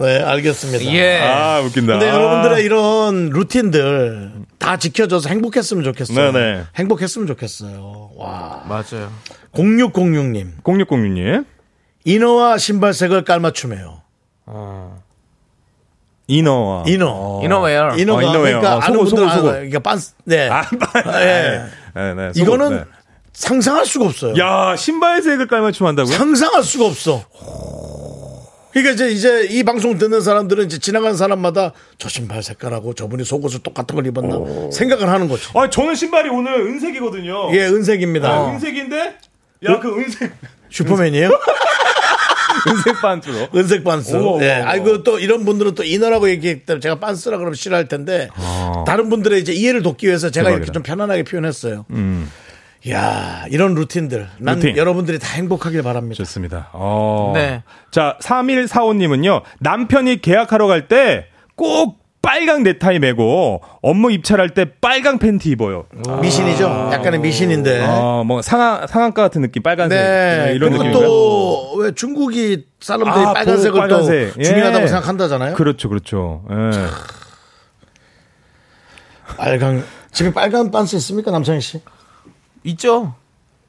네, 알겠습니다. 예. 아, 웃긴다. 근데 아. 여러분들의 이런 루틴들 다 지켜줘서 행복했으면 좋겠어요. 아, 네네. 행복했으면 좋겠어요. 와. 맞아요. 0606님, 0606님. 이너와 신발색을 깔맞춤해요. 이너와. 이너. 이너웨어. 이너가 어, 이너예요. 그러니까 어, 아는 속옷, 분들 속옷, 아는 속옷. 거예요. 이게 빤스 네. 아, 빨- 예. 네, 네. 속옷, 이거는 네. 상상할 수가 없어요. 야, 신발색을 깔맞춤 한다고요? 상상할 수가 없어. 그러니까 이제, 이제 이 방송 듣는 사람들은 이제 지나간 사람마다 저 신발 색깔하고 저분이 속옷을 똑같은 걸 입었나 생각을 하는 거죠. 아, 저는 신발이 오늘 은색이거든요. 아, 예, 은색입니다. 어. 은색인데 야 그 은색 [laughs] 슈퍼맨이에요? 은색 반투로 은색 반스. 오. 예. 아이고 또 이런 분들은 또 이너라고 얘기했기 때문에 제가 반스라 그러면 싫어할 텐데 아. 다른 분들의 이제 이해를 돕기 위해서 제가 이렇게 대박이다. 좀 편안하게 표현했어요. 음. 야 이런 루틴들. 난 루틴. 여러분들이 다 행복하길 바랍니다. 좋습니다. 어. 네. 자, 3145님은요. 남편이 계약하러 갈 때 꼭 빨강 넥타이 메고 업무 입찰할 때 빨강 팬티 입어요. 아. 미신이죠? 약간의 미신인데. 어, 뭐 상하 상한가 같은 느낌 빨간색 뭐 네. 이런 그리고 느낌. 또 왜 중국이 사람들이 아, 빨간색을 빨간색. 또 예. 중요하다고 생각한다잖아요. 그렇죠, 그렇죠. 예. 빨강 집에 빨간 반스 있습니까, 남창희 씨? 있죠.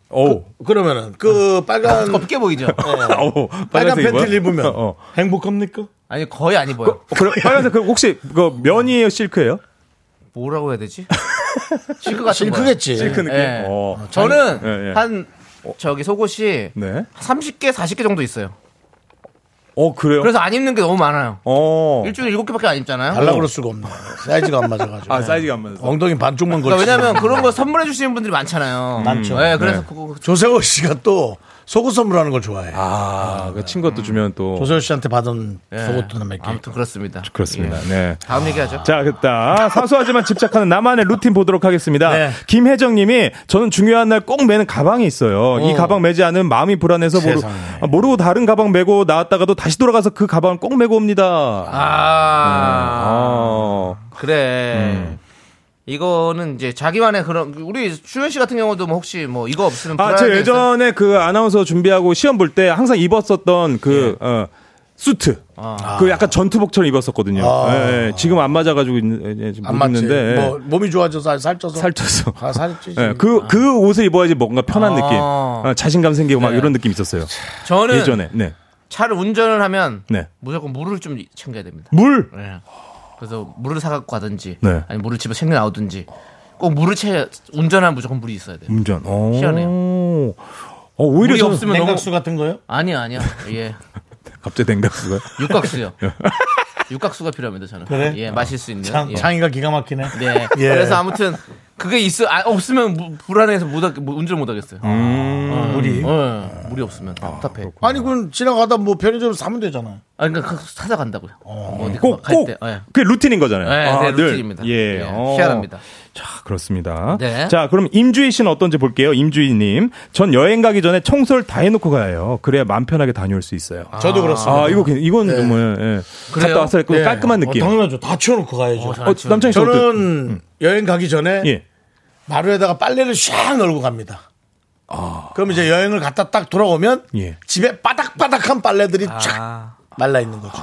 오. 그러면은 그 빨간 네. 없게 아, [laughs] 보이죠. 오, 빨간 어. 빨간색 팬티를 입어요? 입으면 어. 행복합니까? 아니 거의 안 입어요. 그럼 빨간색 그 혹시 그 면이에요, 실크예요? 뭐라고 해야 되지? 실크 같은 거. 실크겠지. 실크 느낌. 예. 어. 저는 예, 예. 한 저기 속옷이 네. 30개, 40개 정도 있어요. 어, 그래요? 그래서 안 입는 게 너무 많아요. 어. 일주일에 7개밖에 안 입잖아요. 달라 그럴 수가 없네. 사이즈가 안 맞아가지고. 아, 사이즈가 안 맞아서. 엉덩이 [laughs] 반쪽만 걸치 그러니까 왜냐면 그런 거 선물해 주시는 분들이 많잖아요. 많죠. 예, 그래서 네. 그거 조세호 씨가 또 속옷 선물하는 걸 좋아해요. 아, 그 친구도 주면 또 조세호 씨한테 받은 예. 속옷도 나 몇개 아무튼 그렇습니다. 그렇습니다. 예. 네. 다음 얘기하죠. 자, 그다 사소하지만 집착하는 나만의 루틴 보도록 하겠습니다. 네. 김혜정님이 저는 중요한 날 꼭 매는 가방이 있어요. 이 가방 매지 않으면 마음이 불안해서 모르, 세상에. 아, 모르고 다른 가방 메고 나왔다가도 다시 돌아가서 그 가방을 꼭 메고 옵니다. 아, 아. 음. 그래. 이거는 이제 자기만의 그런 우리 주현 씨 같은 경우도 뭐 혹시 뭐 이거 없으면 아, 불안하게 저 예전에 그 아나운서 준비하고 시험 볼 때 항상 입었었던 그, 어, 수트. 그 약간 전투복처럼 입었었거든요. 아. 예, 예. 지금 안 맞아가지고 있- 예, 지금 안 못 맞지. 입는데. 뭐 몸이 좋아져서 살쪄서. 살쪄서. 아, 살찌지. 예, 그, 그 옷을 입어야지 뭔가 편한 아. 네. 느낌. 어, 자신감 생기고 막 이런 느낌 있었어요. 저는 예전에. 네. 차를 운전을 하면 네. 무조건 물을 좀 챙겨야 됩니다. 물! 예. 그래서 물을 사갖고 가든지 네. 아니 물을 집에 챙겨 나오든지 꼭 물을 채 운전하면 무조건 물이 있어야 돼요. 운전. 어. 희한해요. 어, 오히려 물이 저는 없으면 너무 냉각수 같은 거요? 아니야 아니야 예 [laughs] 갑자기 냉각수가. 육각수요. 육각수가 필요합니다 저는. 그래? 예, 마실 수 있는. 창, 예. 창의가 기가 막히네. 네. 예. 그래서 아무튼 그게 있어 아, 없으면 무- 불안해서 못 하- 뭐, 운전 못 하겠어요. 음, 우리. 어, 물이 없으면 답답해. 아, 아니, 그건 지나가다 뭐 편의점 사면 되잖아. 그러니까 그 찾아간다고요. 어, 디꼭 꼭, 갈 꼭. 때. 예. 그게 루틴인 거잖아요. 네, 아, 네, 늘. 루틴입니다. 예. 예, 어. 희한합니다. 자, 그렇습니다. 네. 자, 그럼 임주희 씨는 어떤지 볼게요. 임주희 님. 전 여행 가기 전에 청소를 다 해놓고 가요. 그래야 마음 편하게 다녀올 수 있어요. 아, 저도 그렇습니다. 이거, 괜- 이건 뭐, 예. 네. 그래요? 갔다 왔을 때 예. 깔끔한 어, 느낌. 당연하죠. 다 치워놓고 가야죠. 어, 저는 어, 남창희 씨 어때요? 저는 여행 가기 전에 예. 마루에다가 빨래를 샥 널고 갑니다. 아. 그럼 이제 여행을 갔다 딱 돌아오면 예. 집에 바닥바닥한 빨래들이 쫙 아, 말라 있는 거죠.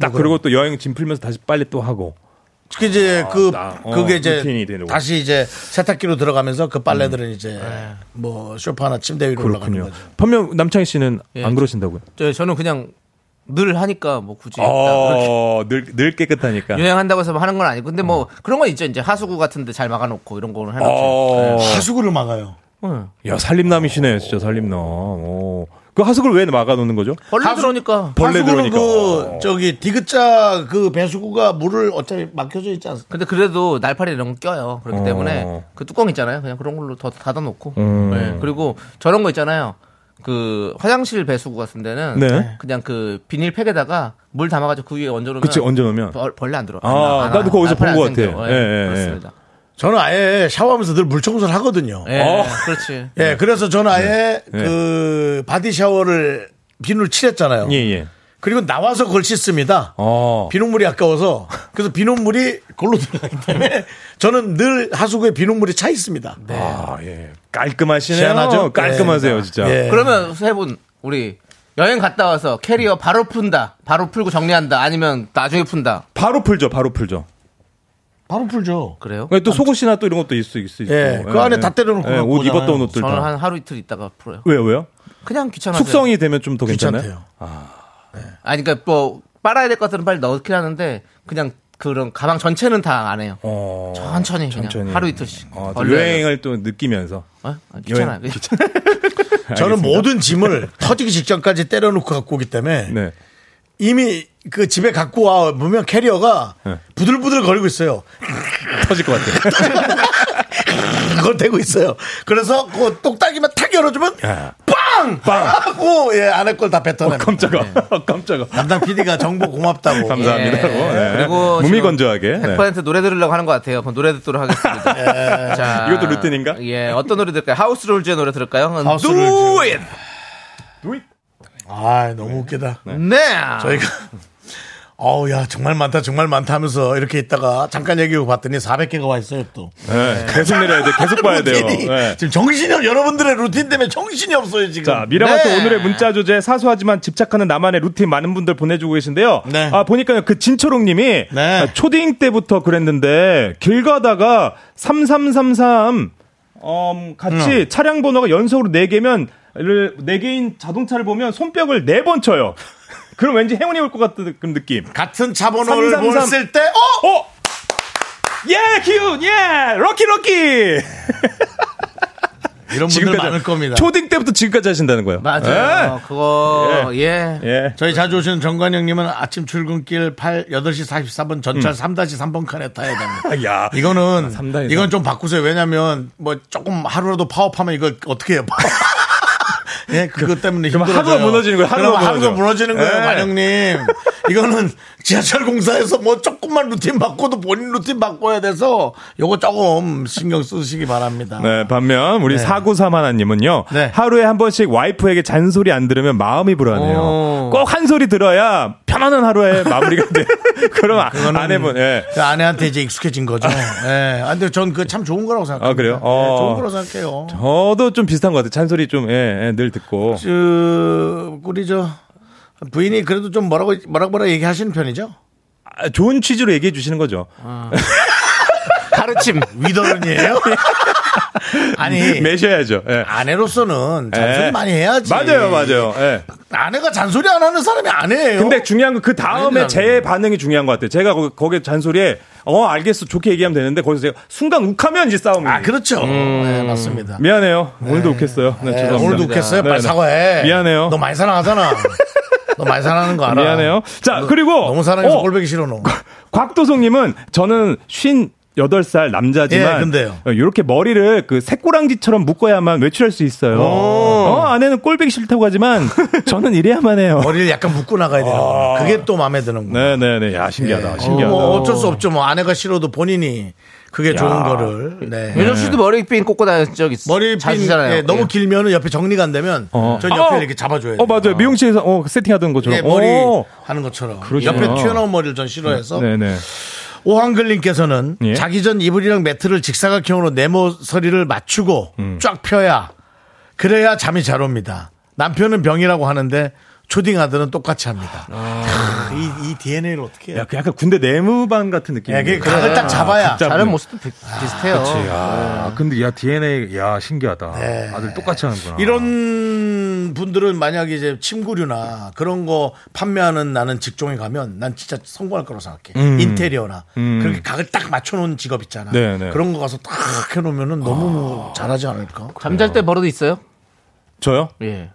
딱 그리고 또 여행 짐 풀면서 다시 빨래 또 하고. 그 이제 그 나- 어, 그게 이제 루틴이 되는 거죠. 다시 이제 세탁기로 들어가면서 그 빨래들은 음. 이제 네. 뭐 소파나 침대 위로 올라가는 그렇군요. 거죠. 반면 남창희 씨는 예. 안 그러신다고요? 저, 저는 그냥 늘 하니까 뭐 예, 아, 굳이 [laughs] 그렇게 어, 늘, 늘 깨끗하니까. 유행한다고 해서 하는 건 아니고 근데 뭐 어. 그런 건 있죠. 이제 하수구 같은데 잘 막아놓고 이런 거는 해놓죠. 예. 어. 예. 하수구를 막아요. 야, 살림남이시네, 진짜 살림남. 오. 그 하숙을 왜 막아놓는 거죠? 벌레 들어오니까. 벌레 하수구는 들어오니까. 그 저기 디귿자 그 배수구가 물을 어차피 막혀져 있지 않습니까? 근데 그래도 날파리 이런 거 껴요. 그렇기 어. 때문에 그 뚜껑 있잖아요. 그냥 그런 걸로 더 닫아놓고. 음. 네, 그리고 저런 거 있잖아요. 그 화장실 배수구 같은 데는 네. 그냥 그 비닐 팩에다가 물 담아가지고 그 위에 얹어놓으면 그치, 얹어놓으면. 벌, 벌레 안 들어. 아, 나도 그거 어디서 본것 같아. 예, 예, 예, 예. 그렇습니다. 저는 아예 샤워하면서 늘 물 청소를 하거든요. 예, 어. [laughs] 그렇지. 예, 그래서 저는 아예 네. 그 바디 샤워를 비누를 칠했잖아요. 예, 예. 그리고 나와서 그걸 씻습니다. 어. 비눗물이 아까워서 그래서 비눗물이 골로 들어가기 [laughs] 때문에 저는 늘 하수구에 비눗물이 차 있습니다. 아, 예. 깔끔하시네요. 시원하죠? 깔끔하세요, 예. 진짜. 예. 그러면 세 분 우리 여행 갔다 와서 캐리어 바로 푼다. 바로 풀고 정리한다. 아니면 나중에 푼다. 바로 풀죠, 바로 풀죠. 바로 어. 풀죠. 그래요? 또 속옷이나 또 이런 것도 있을 수 있고. 아, 예, 그 안에 다 때려놓고 갖고 옷 오잖아요. 입었던 옷들 저는 다. 한 하루 이틀 있다가 풀어요. 왜요, 왜요? 그냥 귀찮아서. 숙성이 되면 좀 더 괜찮아요? 귀찮대요. 아니 그러니까 뭐 빨아야 될 것들은 빨리 넣긴 하는데 그냥 그런 가방 전체는 다 안 해요. 어. 천천히 그냥 천천히. 하루 이틀씩. 아, 또 얼른 해요. 여행을 또 느끼면서. 어? 아, 귀찮아요. 여행- [laughs] 저는 알겠습니다. 모든 짐을 [laughs] 터지기 직전까지 때려놓고 갖고 오기 때문에 네. 이미 그 집에 갖고 와 보면 캐리어가 네. 부들부들 거리고 있어요. [laughs] 터질 것 같아요. 그걸 대고 있어요. 그래서 그 똑딱이만 탁 열어주면 야. 빵! 빵! 하고 예 안에 걸 다 뱉어내고 깜짝아. 네. 깜짝아. 담당 PD가 정보 고맙다고 감사합니다. 네. 예. 그리고 무미건조하게. 지금 네. 100% 노래 들으려고 하는 것 같아요. 그럼 노래 듣도록 하겠습니다. 자, 이것도 루틴인가? 예, 어떤 노래 들을까요? 하우스 롤즈의 노래 들을까요? 하우스 Do 롤즈. it! 아 너무 웃기다. 네. 저희가 어우 야 정말 많다 정말 많다 하면서 이렇게 있다가 잠깐 얘기하고 봤더니 400개가 와 있어요 또. 네, 계속 내려야 돼. 계속 봐야 돼요. [laughs] 루틴이. 네. 지금 정신이 없- 여러분들의 루틴 때문에 정신이 없어요 지금. 자, 미라마트 네. 오늘의 문자 주제 사소하지만 집착하는 나만의 루틴 많은 분들 보내주고 계신데요. 네. 아, 보니까요. 그 진초롱 님이 아, 네. 초딩 때부터 그랬는데 길 가다가 3333 음, 같이 차량 번호가 연속으로 4개면 4개인 자동차를 보면 손뼉을 4번 쳐요. 그럼 왠지 행운이 올 것 같은 그런 느낌. 같은 차 번호를 333. 봤을 때 어? 어! 예, 기운! 예! 럭키 럭키! 이런 분들 많을 겁니다. 초딩 때부터 지금까지 하신다는 거예요. 맞아요. 예. 그거, 예. 예. 저희 자주 오시는 정관영님은 아침 출근길 8, 8시 44분 전철 3-3번 칸에 타야 됩니다. 음. [laughs] 야. 이거는, 삼다 이상. 이건 좀 바꾸세요. 왜냐면, 뭐, 조금 하루라도 파업하면 이거 어떻게 해요? [laughs] 예, 그것 때문에 그럼 힘들어요. 하루가 무너지는 거예요, 하루가 그럼 하루가 무너져. 무너지는 거예요, 예. 관영님. 이거는 지하철 공사에서 뭐 조금만 루틴 바꿔도 본인 루틴 바꿔야 돼서 요거 조금 신경 쓰시기 바랍니다. 네, 반면 우리 사구삼 하나님은요 네. 하루에 한 번씩 와이프에게 잔소리 안 들으면 마음이 불안해요. 오. 꼭 한 소리 들어야 편안한 하루에 마무리가 [laughs] 돼. 그럼 네, 안- 안 해본. 예. 그 아내한테 이제 익숙해진 거죠. 예. 아, 근데 전 그 참 좋은 거라고 생각해요. 아, 그래요? 예, 어. 좋은 거라고 생각해요. 저도 좀 비슷한 것 같아요. 잔소리 좀, 예, 예, 늘 듣고. 그, 우리 저, 부인이 그래도 좀 뭐라고, 뭐라고 뭐라 얘기하시는 편이죠? 아, 좋은 취지로 얘기해 주시는 거죠. 아, 가르침. 위더른이에요? 아니, [laughs] 매셔야죠. 예. 아내로서는 잔소리 예. 많이 해야지. 맞아요, 맞아요. 예. 아내가 잔소리 안 하는 사람이 아내예요. 근데 중요한 건 그 다음에 제 반응이 중요한 것 같아요. 제가 거- 거기에 잔소리에, 어, 알겠어. 좋게 얘기하면 되는데, 거기서 제가 순간 욱하면 이제 싸움이. 아, 그렇죠. 네, 맞습니다. 미안해요. 오늘도 웃겠어요. 네, 네, 죄송합니다. 오늘도 웃겠어요? 네, 빨리 네. 사과해. 미안해요. 너 많이 사랑하잖아. 너 많이 사랑하는 거 알아. 미안해요. 자, 그리고 너무 사랑해서 어, 꼴보기 싫어 너. 곽도성님은 저는 쉰 8살 남자지만 예, 근데요. 어, 이렇게 머리를 그 새꼬랑지처럼 묶어야만 외출할 수 있어요. 어, 아내는 꼴보기 싫다고 하지만 저는 이래야만 해요. 아, 머리를 아, 약간 묶고 나가야 되는 거. 그게 또 마음에 드는 거. 네, 네, 네. 야, 신기하다. 신기하다. 뭐 어쩔 수 없죠. 뭐 아내가 싫어도 본인이 그게 좋은 거를. 네. 윤정 씨도 머리핀 꽂고 다녔던 적 있어요. 머리핀 자주잖아요. 예, 너무 길면은 옆에 정리가 안 되면 어. 전 옆에 아, 이렇게 잡아줘야 돼요. 어, 맞아요. 미용실에서 어, 세팅하던 것처럼. 예, 머리 어. 하는 것처럼 그러시구나. 옆에 튀어나온 머리를 전 싫어해서 네, 네. 오한글님께서는 예. 자기 전 이불이랑 매트를 직사각형으로 네모서리를 맞추고 음. 쫙 펴야 그래야 잠이 잘 옵니다. 남편은 병이라고 하는데 초딩 아들은 똑같이 합니다. 아. 크, 이, 이 DNA를 어떻게 해요? 야, 그 약간 군대 내무반 같은 느낌. 예, 그게 각을 딱 잡아야 다른 모습도 비, 슷해요 야, 근데 야 DNA 야 신기하다. 아들 똑같이 하는구나. 뭐. 이런 분들은 만약에 이제 침구류나 그런 거 판매하는 나는 직종에 가면 난 진짜 성공할 거라고 음. 생각해. 인테리어나 그렇게 각을 딱 맞춰놓은 직업 있잖아. 네, 네. 아. 그런 거 가서 딱 해놓으면 너무 뭐 잘하지 않을까? 잠잘 때 버릇 있어요? 저요? 예.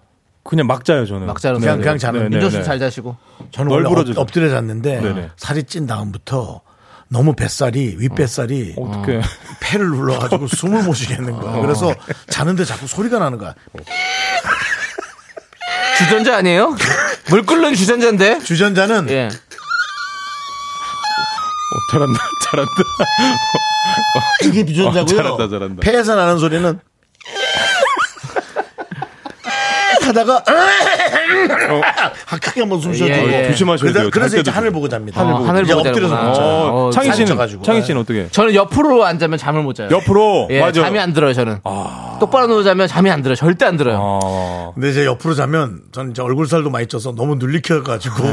그냥 막 자요 저는. 막 자는 그냥 소리. 그냥 자는. 네, 윤정 네. 씨는 잘 자시고. 저는 널 원래 부러지죠. 엎, 드려 잤는데 네네. 살이 찐 다음부터 너무 뱃살이 윗뱃살이 어떻게? 폐를 눌러가지고 숨을 못 쉬겠는 어. 거야. 그래서 자는데 자꾸 소리가 나는 거야. 주전자 아니에요? 물 끓는 주전자인데? 주전자는 예. 어, 잘한다, [laughs] 잘한다. 어, 이게 주전자고요. 어, 잘한다, 잘한다. 폐에서 나는 소리는 하다가 어, 아, 크게 한번 숨 쉬어주고 예, 예. 조심하셔야 돼요. 그래서, 그래서 잘 이제 때도 하늘 보고 잡니다. 어, 하늘 보고 이제 자는구나. 엎드려서 못 자요. 어, 어, 창희 씨는 살쪄가지고. 창희 씨는 어떻게? 저는 옆으로 안 자면 잠을 못 자요. 옆으로 예, 맞아. 잠이 안 들어요, 저는. 똑바로 누워 자면 잠이 안 들어요. 절대 안 들어요. 어. 근데 이제 옆으로 자면 전 이제 얼굴살도 많이 쪄서 너무 눌리켜가지고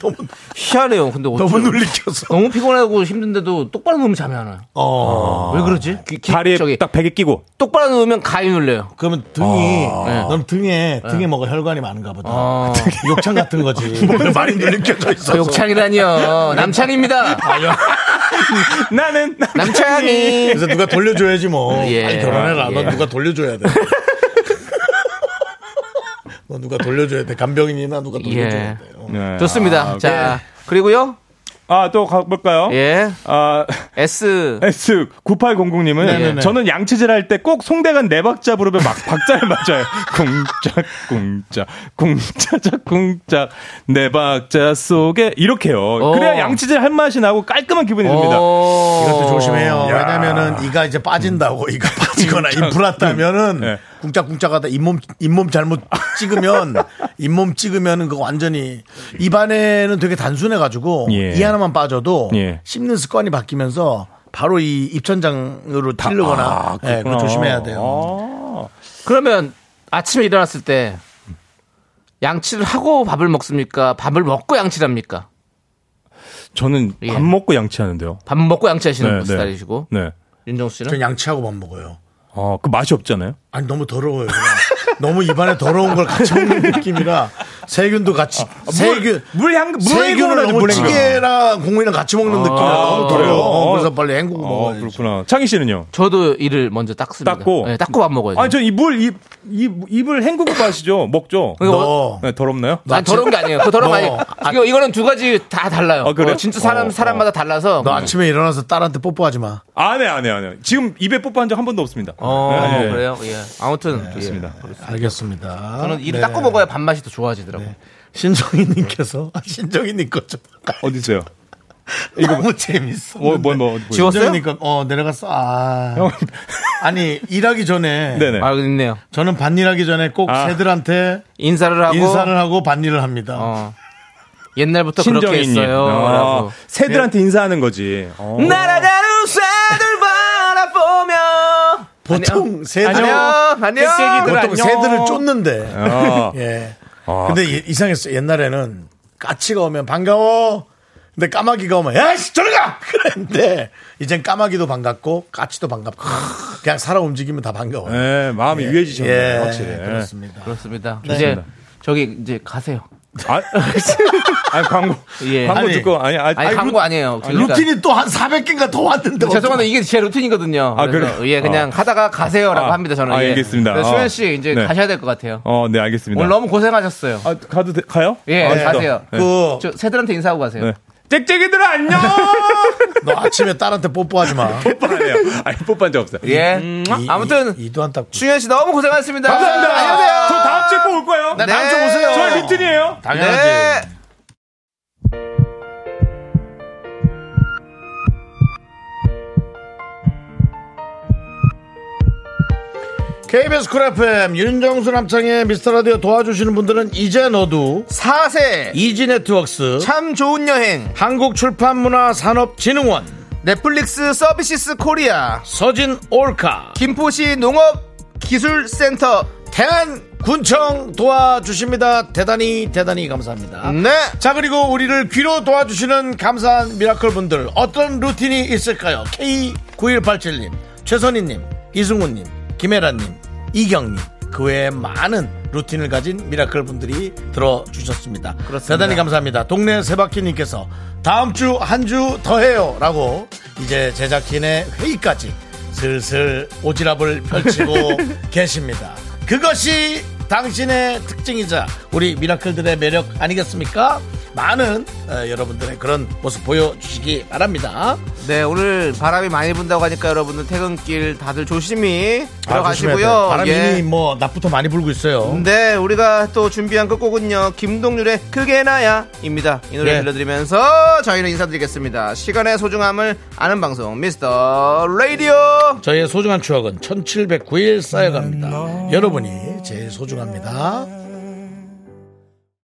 너무 예. 희한해요. 근데 어쩌- 너무 눌리켜서 너무 피곤하고 힘든데도 똑바로 누우면 잠이 안 와요. 어. 왜 그러지? 기- 기- 다리에 저기 딱 베개 끼고. 어. 똑바로 누우면 가위 눌려요. 그러면 등이 아. 예. [laughs] 그럼 등에 등에 뭐가 혈관이 많은가 보다. [laughs] 아. 욕창 같은 거지. 뭐 [laughs] 많이 눌리켜져 있어. 욕창이라니요. 남창입니다. 나는 남창이. 아, 그래서 누가 돌려줘야지 뭐. 예. 빨리 결혼해라. 너 예. 누가 돌려줘야 돼. 너 누가 돌려줘야 돼. 간병인이나 누가 돌려줘야 예. 돼. 네. 좋습니다. 아, 자, 그리고요. 아, 또 가볼까요? 예. 아, [laughs] S. S9800님은 네네네. 저는 양치질 할 때 꼭 송대간 네 박자 부르면 막 박자를 [laughs] 맞아요. 궁짝, 궁짝, 궁짜작, 궁짝, 네 박자 속에 이렇게요. 어. 그래야 양치질 할 맛이 나고 깔끔한 기분이 듭니다. 이것도 이것도 조심해요. 왜냐면은 이가 이제 빠진다고 이가 빠지거나 인플났다면은 예. 쿵짝쿵짝하다 잇몸 잇몸 잘못 [laughs] 찍으면 잇몸 찍으면은 그거 완전히 입안에는 되게 단순해 가지고 예. 이 하나만 빠져도 예. 씹는 습관이 바뀌면서 바로 이 입천장으로 튀르거나 예, 그거 그렇구나. 조심해야 돼요. 아. 그러면 아침에 일어났을 때 양치를 하고 밥을 먹습니까? 밥을 먹고 양치를 합니까? 저는 예. 밥 먹고 양치하는데요. 밥 먹고 양치하시는 네, 스타일이시고 네. 윤정수 씨는 전 양치하고 밥 먹어요. 어, 그 맛이 없잖아요. 아니 너무 더러워요. 그냥. 너무 입안에 더러운 걸 같이 먹는 느낌이라 세균도 같이 세균 아, 물 향, 세균을 너무 찌개랑 아, 국물이랑 같이 먹는 느낌이라 너무 아, 그래요? 더러워. 어, 어. 그래서 빨리 헹구고 어, 먹어야지. 그렇구나. 창희 씨는요? 저도 이를 먼저 닦습니다. 닦고. 네, 닦고 밥 먹어요. 아니, 저이물입 입을 헹구고 마시죠. 먹죠. 너 네, 더럽나요? 아, 더러운 게 아니에요. 그 더러운 거 아니에요. 너- 이거, 이거는 두 가지 다 달라요. 아, 그래요? 어, 진짜 사람, 어, 사람마다 달라서. 너 아침에 일어나서 딸한테 뽀뽀하지 마. 안 해, 안 해, 안 해. 네, 아, 지금 입에 뽀뽀한 적 한 번도 없습니다. 어, 네, 네. 그래요? 예. 아무튼. 좋습니다. 알겠습니다. 저는 이를 네. 닦고 먹어야 밥맛이 더 좋아지더라고요. 신정희님께서 [laughs] 아, 신정희님 거좀 어디 있어요? 너무 재밌어. 뭐, 뭐, 뭐, 어디 보여요? 지웠어요? 네. 신정희니까 어 내려갔어. 아 형. 아니 일하기 전에 네네. 아, 있네요. 저는 반일하기 전에 꼭 아. 새들한테 인사를 하고. 인사를 하고 반일을 합니다. 어. 옛날부터 그렇게 신정희님. 했어요. 아, 라고. 네. 새들한테 인사하는 거지. 어. 날아가는 새들 바라보며. 보통 새들 안녕, 안녕. 보통 안녕. 새들을 쫓는데. 어. 예. 근데 그 이- 이상했어. 옛날에는 까치가 오면 반가워. 근데 까마귀가 오면 야씨 저리 가. [laughs] 그랬는데 이젠 까마귀도 반갑고 까치도 반갑고 그냥 살아 움직이면 다 반가워. 요 네, 마음이 유해지셨네요, 예, 확실히. 네. 그렇습니다. 그렇습니다. 이제 저기 이제 가세요. 아, 아니 광고. [laughs] 예. 광고 아니, 듣고 아니 아, 아니, 아니, 광고 아니에요. 그러니까. 루틴이 또 한 400개인가 더 왔는데. 근데 죄송한데 이게 제 루틴이거든요. 아, 그래서 그래요? 예, 그냥 어. 하다가 가세요라고 아, 합니다. 저는. 아, 예. 알겠습니다. 그래서 어. 소연 씨 이제 네. 가셔야 될 것 같아요. 어, 네, 알겠습니다. 오늘 너무 고생하셨어요. 아, 가도 돼, 가요? 예, 아, 가세요. 네. 그, 저 새들한테 인사하고 가세요. 네. 짹짹이들아 [laughs] 안녕. 너 아침에 딸한테 뽀뽀하지 마. 뽀뽀하네요. 아니 뽀뽀한 적 없어요. 예. 이- 이- 아무튼 이도 안 닦고. 충현 씨 너무 고생하셨습니다. 감사합니다. 안녕하세요. 저 다음 주에 꼭올 거예요. 나 다음 주 네. 오세요. 저희 루틴이에요. 당연하지. 네. KBS 쿨 FM 윤정수 남창의 미스터라디오 도와주시는 분들은 이제 너도 4세 이지네트웍스 참 좋은 여행 한국출판문화산업진흥원 넷플릭스 서비스 코리아 서진 올카 김포시 농업 기술센터 대한군청 도와주십니다 대단히 대단히 감사합니다 네. 자 그리고 우리를 귀로 도와주시는 감사한 미라클 분들 어떤 루틴이 있을까요 K9187님 최선희님 이승훈님 김혜란님 이경님 그 외에 많은 루틴을 가진 미라클 분들이 들어주셨습니다 그렇습니다. 대단히 감사합니다 동네 세바퀴님께서 다음 주 한 주 더 해요 라고 이제 제작진의 회의까지 슬슬 오지랖을 펼치고 계십니다 그것이 당신의 특징이자 우리 미라클들의 매력 아니겠습니까? 많은 어, 여러분들의 그런 모습 보여주시기 바랍니다. 네 오늘 바람이 많이 분다고 하니까 여러분들 퇴근길 다들 조심히 들어가시고요. 아, 조심해야 돼. 바람이 예. 이미 뭐 낮부터 많이 불고 있어요. 네, 우리가 또 준비한 끝곡은요, 김동률의 그게 나야입니다. 이 노래 예. 들려드리면서 저희는 인사드리겠습니다. 시간의 소중함을 아는 방송, 미스터 라디오! 저희의 소중한 추억은 1709일 쌓여갑니다. 여러분이 제일 소중합니다.